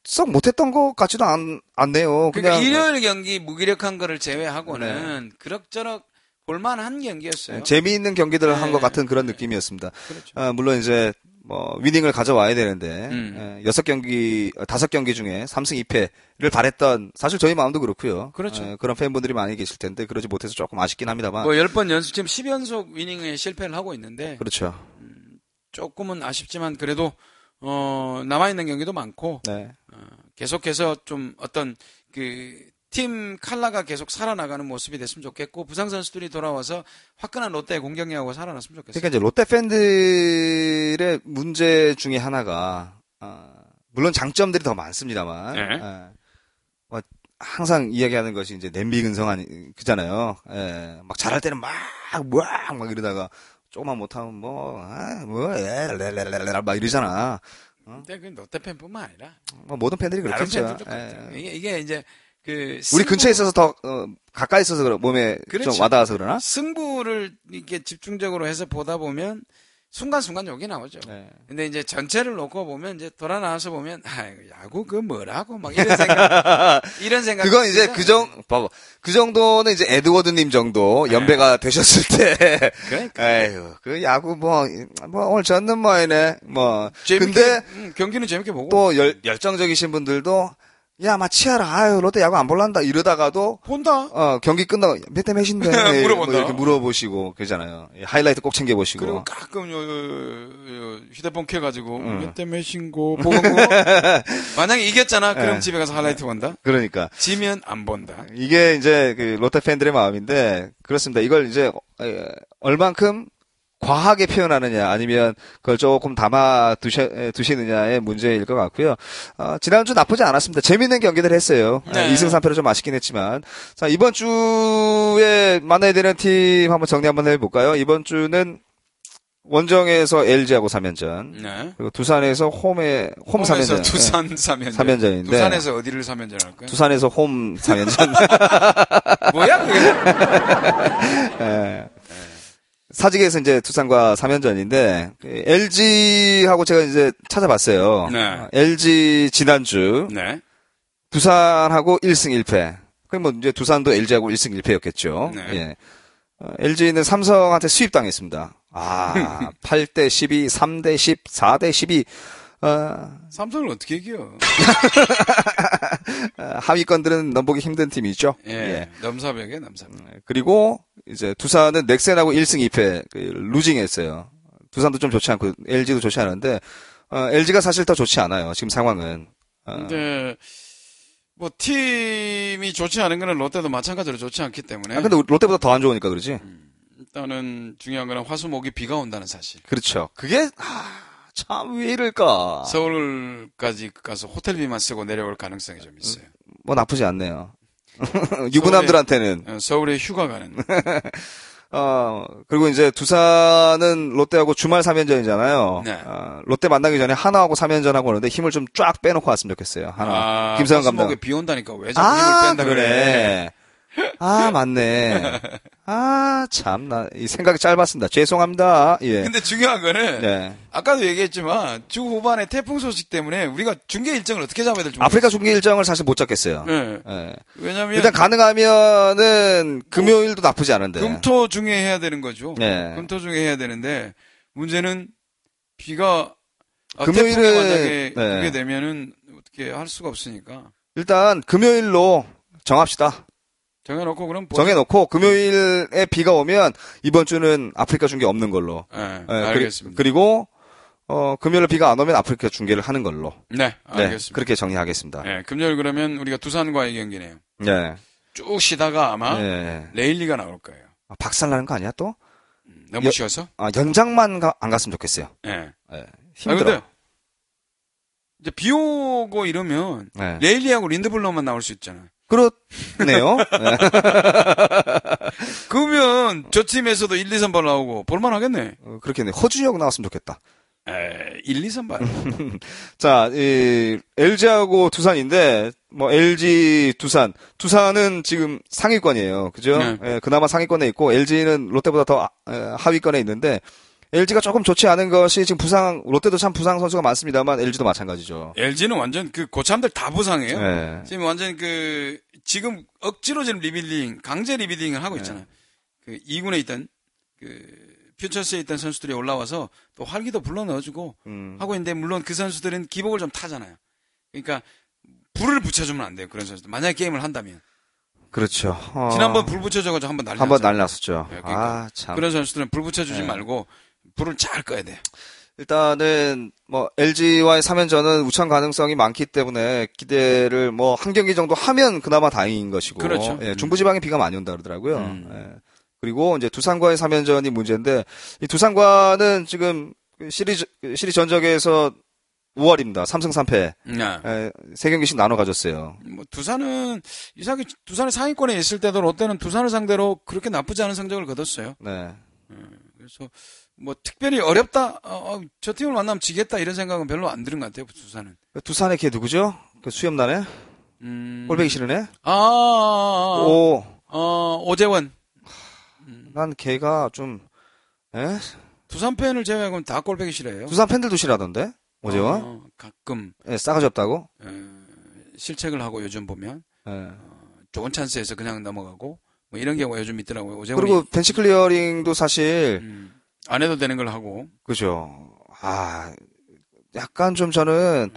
S1: 썩 못했던 것 같지도 않, 않네요. 그냥
S3: 그러니까
S1: 뭐
S3: 일요일 경기 무기력한 거를 제외하고는 그럭저럭 볼만한 경기였어요.
S1: 네, 재미있는 경기들을 한
S3: 네.
S1: 것 같은 그런 느낌이었습니다.
S3: 그렇죠.
S1: 아, 물론 이제 뭐 위닝을 가져와야 되는데
S3: 음.
S1: 예, 여섯 경기 어, 다섯 경기 중에 3승 2패를 바랬던 사실 저희 마음도 그렇고요.
S3: 그렇죠.
S1: 예, 그런 팬분들이 많이 계실 텐데 그러지 못해서 조금 아쉽긴 합니다만
S3: 뭐 열 번 연속 지금 10연속 위닝에 실패를 하고 있는데
S1: 그렇죠.
S3: 조금은 아쉽지만 그래도 어 남아 있는 경기도 많고
S1: 네.
S3: 계속해서 좀 어떤 그 팀 칼라가 계속 살아나가는 모습이 됐으면 좋겠고 부상 선수들이 돌아와서 화끈한 롯데의 공격력하고 살아났으면 좋겠어요.
S1: 그러니까 이제 롯데 팬들의 문제 중에 하나가 아, 물론 장점들이 더 많습니다만
S3: 네.
S1: 아, 뭐 항상 이야기하는 것이 이제 냄비 근성 아니 그잖아요. 예, 막 잘할 때는 막막막 막 이러다가 조금만 못하면 뭐, 아, 예, 뭐뭐막 이러잖아.
S3: 근데 그 롯데 팬뿐만 아니라
S1: 뭐 모든 팬들이
S3: 다른
S1: 그렇겠죠.
S3: 팬들도
S1: 예.
S3: 그렇죠. 이게 이게 이제 그
S1: 우리
S3: 승부-
S1: 근처에 있어서 더 어, 가까이 있어서 그런 몸에 좀
S3: 그렇죠.
S1: 와닿아서 그러나?
S3: 승부를 이렇게 집중적으로 해서 보다 보면 순간순간 여기 나오죠.
S1: 예.
S3: 근데 이제 전체를 놓고 보면 이제 돌아 나와서 보면 아 야구 그 뭐라고 막 이런 생각
S1: *laughs*
S3: 이런 생각
S1: 그건 이제 그정 봐봐 그 정도는 이제 에드워드님 정도
S3: 네.
S1: 연배가 되셨을 때
S3: 그러니까
S1: 에휴 그 야구 뭐 뭐 오늘 졌는 모이네 뭐
S3: 재밌게,
S1: 근데
S3: 음, 경기는 재밌게 보고
S1: 또 열, 열정적이신 분들도 야 마치아라 아유 롯데 야구 안 볼란다 이러다가도
S3: 본다
S1: 어 경기 끝나고 몇 대 몇인데
S3: *laughs* 물어본다.
S1: 뭐 이렇게 물어보시고 그러잖아요 예, 하이라이트 꼭 챙겨 보시고
S3: 그리고 가끔 요, 요- 요 휴대폰 켜가지고
S1: 음.
S3: 몇 대 몇인고 보고 *laughs* 만약에 이겼잖아 그럼
S1: 예.
S3: 집에 가서 하이라이트 본다
S1: 그러니까
S3: 지면 안 본다
S1: 이게 이제 그 롯데 팬들의 마음인데 그렇습니다. 이걸 이제 에, 얼만큼 과하게 표현하느냐 아니면 그걸 조금 담아 두셔, 에, 두시느냐의 문제일 것 같고요. 어, 지난주 나쁘지 않았습니다. 재밌는 경기들 했어요.
S3: 네.
S1: 2승 3패로 좀 아쉽긴 했지만 자 이번 주에 만나야 되는 팀 한번 정리 한번 해볼까요? 이번 주는 원정에서 LG하고 3연전
S3: 네.
S1: 그리고 두산에서 홈에 홈
S3: 홈에서
S1: 3연전
S3: 두산 사면전
S1: 삼연전인데.
S3: 두산에서 어디를 사면전 할까요?
S1: 두산에서 홈 3연전
S3: 뭐야 그게
S1: 예. 사직에서 이제 두산과 3연전인데 LG하고 제가 이제 찾아봤어요.
S3: 네.
S1: 어, LG 지난주
S3: 네.
S1: 두산하고 1승 1패. 그럼 뭐 이제 두산도 LG하고 1승 1패였겠죠.
S3: 네.
S1: LG는 삼성한테 수입당했습니다. 아,
S3: *laughs*
S1: 8대 12, 3대 10, 4대 12. 어,
S3: 삼성을 어떻게 이겨
S1: 어, 하위권들은 넘보기 힘든 팀이죠.
S3: 예. 넘사벽에 남사벽
S1: 그리고 이제 두산은 넥센하고 1승 2패 그 루징했어요. 두산도 좀 좋지 않고 LG도 좋지 않은데 LG가 사실 더 좋지 않아요. 지금 상황은.
S3: 아.
S1: 어,
S3: 근데 뭐 팀이 좋지 않은 거는 롯데도 마찬가지로 좋지 않기 때문에
S1: 아, 근데 우리 롯데보다 더 안 좋으니까 그러지.
S3: 음. 일단은 중요한 거는 화수목이 비가 온다는 사실.
S1: 그렇죠. 그게 참 왜 이럴까.
S3: 서울까지 가서 호텔비만 쓰고 내려올 가능성이 좀 있어요.
S1: 뭐 나쁘지 않네요. *laughs* 유부남들한테는
S3: 어, 서울에 휴가 가는.
S1: 어 그리고 이제 두산은 롯데하고 주말 3연전이잖아요.
S3: 네.
S1: 어, 롯데 만나기 전에 하나하고 3연전하고 오는데 힘을 좀 쫙 빼놓고 왔으면 좋겠어요. 하나.
S3: 아,
S1: 김성현
S3: 화수목에
S1: 감독.
S3: 비 온다니까 왜 자꾸 힘을
S1: 아,
S3: 뺀다 그래.
S1: 그래. 아, 맞네. 아, 참, 나, 이 생각이 짧았습니다. 죄송합니다. 예.
S3: 근데 중요한 거는
S1: 네.
S3: 아까도 얘기했지만 주 후반에 태풍 소식 때문에 우리가 중계 일정을 어떻게 잡아야 될지
S1: 아프리카 중계 일정을 사실 못 잡겠어요.
S3: 모르겠어요. 예.
S1: 예.
S3: 왜냐면
S1: 일단 가능하면은 금요일도 나쁘지 않은데.
S3: 금토 중에 해야 되는 거죠.
S1: 네.
S3: 금토 중에 해야 되는데 문제는 비가 아,
S1: 금요일에-
S3: 태풍이 만약에
S1: 네.
S3: 오게 되면은 어떻게 할 수가 없으니까
S1: 일단 금요일로 정합시다.
S3: 정해놓고 그럼 보자.
S1: 정해놓고 금요일에 비가 오면 이번 주는 아프리카 중계 없는 걸로.
S3: 예,
S1: 예, 그리-
S3: 알겠습니다.
S1: 그리고 어, 금요일 비가 안 오면 아프리카 중계를 하는 걸로.
S3: 네,
S1: 네,
S3: 알겠습니다.
S1: 그렇게 정리하겠습니다.
S3: 예, 금요일 그러면 우리가 두산과의 경기네요.
S1: 네.
S3: 쭉 쉬다가 아마
S1: 예.
S3: 레일리가 나올 거예요.
S1: 아, 박살 나는 거 아니야 또?
S3: 음, 너무
S1: 여-
S3: 쉬어서.
S1: 아, 연장만 가- 안 갔으면 좋겠어요.
S3: 예. 아,
S1: 힘들어.
S3: 근데 이제 비 오고 이러면
S1: 네.
S3: 레일리하고 린드블럼만 나올 수 있잖아요. *laughs*
S1: 그렇네요. 네.
S3: 그러면 저 팀에서도 1, 2, 선발 나오고 볼만 하겠네.
S1: 어, 그렇겠네. 허준혁 나왔으면 좋겠다.
S3: 에, 1, 2, 선발.
S1: 자, 이 LG하고 두산인데 뭐 LG 두산 두산은 지금 상위권이에요. 그죠?
S3: 네.
S1: 예, 그나마 상위권에 있고 LG는 롯데보다 더 아- 에, 하위권에 있는데 LG가 조금 좋지 않은 것이 지금 부상 롯데도 참 부상 선수가 많습니다만 LG도 마찬가지죠.
S3: LG는 완전 그 고참들 다 부상해요.
S1: 예.
S3: 지금 완전 그 지금 억지로 지금 리빌딩, 강제 리빌딩을
S1: 네.
S3: 하고 있잖아요. 그 2군에 있던 그 퓨처스에 있던 선수들이 올라와서 또 활기도 불러 넣어주고
S1: 음.
S3: 하고 있는데 물론 그 선수들은 기복을 좀 타잖아요. 그러니까 불을 붙여주면 안 돼요. 그런 선수들. 만약에 게임을 한다면.
S1: 그렇죠. 어,
S3: 지난번 불 붙여줘가지고 한번 난리
S1: 한번
S3: 났잖아요.
S1: 난리 났었죠.
S3: 예, 그러니까.
S1: 아, 참.
S3: 그런 선수들은 불 붙여주지
S1: 네.
S3: 말고 불을 잘 꺼야 돼요.
S1: 일단은 뭐 LG와의 3연전은 우천 가능성이 많기 때문에 기대를 뭐 한 경기 정도 하면 그나마 다행인 것이고
S3: 그렇죠.
S1: 예,
S3: 음.
S1: 중부지방에 비가 많이 온다 그러더라고요.
S3: 음.
S1: 예. 그리고 이제 두산과의 3연전이 문제인데 이 두산과는 지금 그 시리즈 시리 전적에서 5월입니다. 3승 3패.
S3: 네.
S1: 예, 세 경기씩 나눠 가졌어요.
S3: 뭐 두산은 이상하게 두산의 상위권에 있을 때도 롯데는 두산을 상대로 그렇게 나쁘지 않은 성적을 거뒀어요.
S1: 네.
S3: 그래서 뭐 특별히 어렵다, 어, 어, 저 팀을 만나면 지겠다 이런 생각은 별로 안 드는 것 같아요. 두산은.
S1: 두산의 걔 누구죠? 그 수염나네?
S3: 음.
S1: 꼴배기 싫으네?
S3: 아, 아, 아, 아.
S1: 오,
S3: 어, 오재원
S1: 난 걔가 좀, 예?
S3: 두산 팬을 제외하고는 다 꼴배기 싫어해요.
S1: 두산 팬들도 싫어하던데? 오재원?
S3: 어, 가끔
S1: 예, 싸가지 없다고?
S3: 어, 실책을 하고 요즘 보면
S1: 예.
S3: 좋은 찬스에서 그냥 넘어가고 뭐 이런 경우가 요즘 있더라고요. 오재원이
S1: 그리고 벤치 클리어링도 사실
S3: 음, 안 해도 되는 걸 하고
S1: 그죠. 아 약간 좀 저는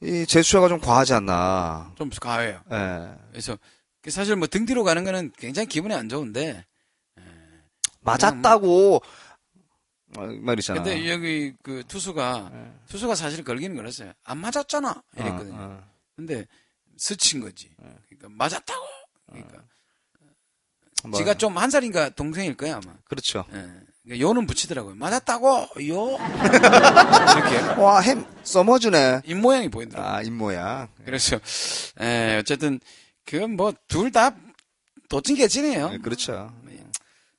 S1: 이 제스처가 좀 과하지 않나.
S3: 좀 가해요.
S1: 예.
S3: 그래서 그 사실 뭐 등 뒤로 가는 거는 굉장히 기분이 안 좋은데
S1: 맞았다고 어, 이 말이잖아. 네.
S3: 근데 여기 그 투수가 투수가 사실 걸기는 걸었어요 안 맞았잖아 이랬거든요
S1: 어, 어.
S3: 근데 스친 거지
S1: 네.
S3: 그러니까 맞았다고 그러니까
S1: 뭐,
S3: 지가 좀 한 살인가 동생일 거야 아마
S1: 그렇죠.
S3: 예. 그러니까 요는 붙이더라고요 맞았다고 요 이렇게
S1: 와햄 써머주네.
S3: 입 모양이 보인다
S1: 아 입모양.
S3: 그래서 에, 어쨌든 그건 뭐 둘 다 도찐개찐이에요
S1: 예, 그렇죠.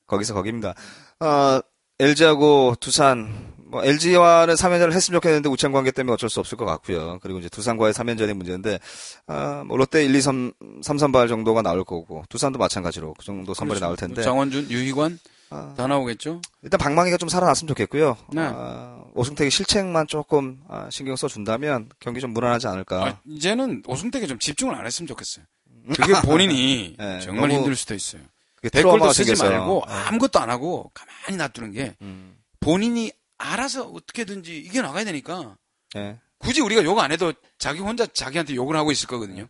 S1: 거기서 거기입니다. 어, LG하고 두산, 뭐, LG와는 3연전을 했으면 좋겠는데 우천 관계 때문에 어쩔 수 없을 것 같고요. 그리고 이제 두산과의 3연전이 문제인데, 아, 뭐, 롯데 1, 2, 3, 3 선발 정도가 나올 거고, 두산도 마찬가지로 그 정도 선발이
S3: 그렇죠.
S1: 나올 텐데, 아.
S3: 장원준 유희관 다 나오겠죠
S1: 일단 방망이가 좀 살아났으면 좋겠고요.
S3: 네.
S1: 아, 오승택이 실책만 조금 아, 신경 써준다면 경기 좀 무난하지 않을까.
S3: 아, 이제는 오승택이 좀 집중을 안 했으면 좋겠어요.
S1: *laughs*
S3: 그게 본인이
S1: 네,
S3: 정말
S1: 너무
S3: 힘들 수도 있어요.
S1: 그게
S3: 댓글도
S1: 트라우마가
S3: 쓰지
S1: 생겨서.
S3: 말고 아무것도 안 하고 가만히 놔두는 게
S1: 음,
S3: 본인이 알아서 어떻게든지 이겨나가야 되니까
S1: 예.
S3: 굳이 우리가 욕 안 해도 자기 혼자 자기한테 욕을 하고 있을 거거든요.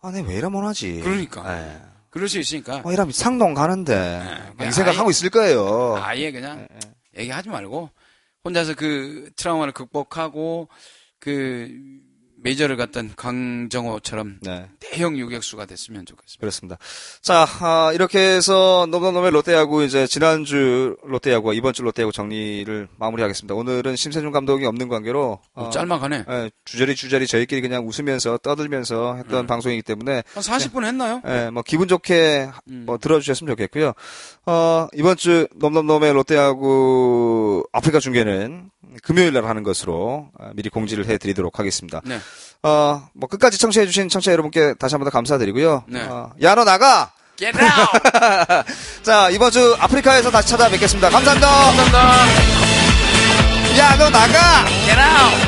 S1: 아, 내왜 이러면 하지.
S3: 그러니까.
S1: 예.
S3: 그럴 수 있으니까
S1: 어, 이러면 상동 가는데.
S3: 그냥
S1: 이 생각하고 있을 거예요.
S3: 네. 아, 아예 그냥 얘기하지 말고 혼자서 그 트라우마를 극복하고 그 메이저를 갔던 강정호처럼
S1: 네.
S3: 대형 유격수가 됐으면 좋겠습니다.
S1: 그렇습니다. 자, 아, 이렇게 해서 넘넘넘의 롯데야구 이제 지난주 롯데야구와 이번주 롯데야구 정리를 마무리하겠습니다. 오늘은 심세준 감독이 없는 관계로
S3: 뭐
S1: 어,
S3: 짤막하네.
S1: 예, 주저리 주저리 저희끼리 그냥 웃으면서 떠들면서
S3: 음.
S1: 했던 방송이기 때문에
S3: 한 40분 했나요?
S1: 예, 뭐 기분 좋게
S3: 음.
S1: 뭐 들어주셨으면 좋겠고요. 어, 이번 주 넘넘넘의 롯데하고 아프리카 중계는 금요일 날 하는 것으로 아, 미리 공지를 해드리도록 하겠습니다. *laughs*
S3: 네.
S1: 어, 뭐 끝까지 청취해주신 청취자 여러분께 다시 한 번 더 감사드리고요.
S3: 네.
S1: 어, 야너 나가!
S3: Get out!
S1: 자, 이번 주 아프리카에서 다시 찾아뵙겠습니다. 감사합니다.
S3: 감사합니다.
S1: 야, 너 나가!
S3: Get out!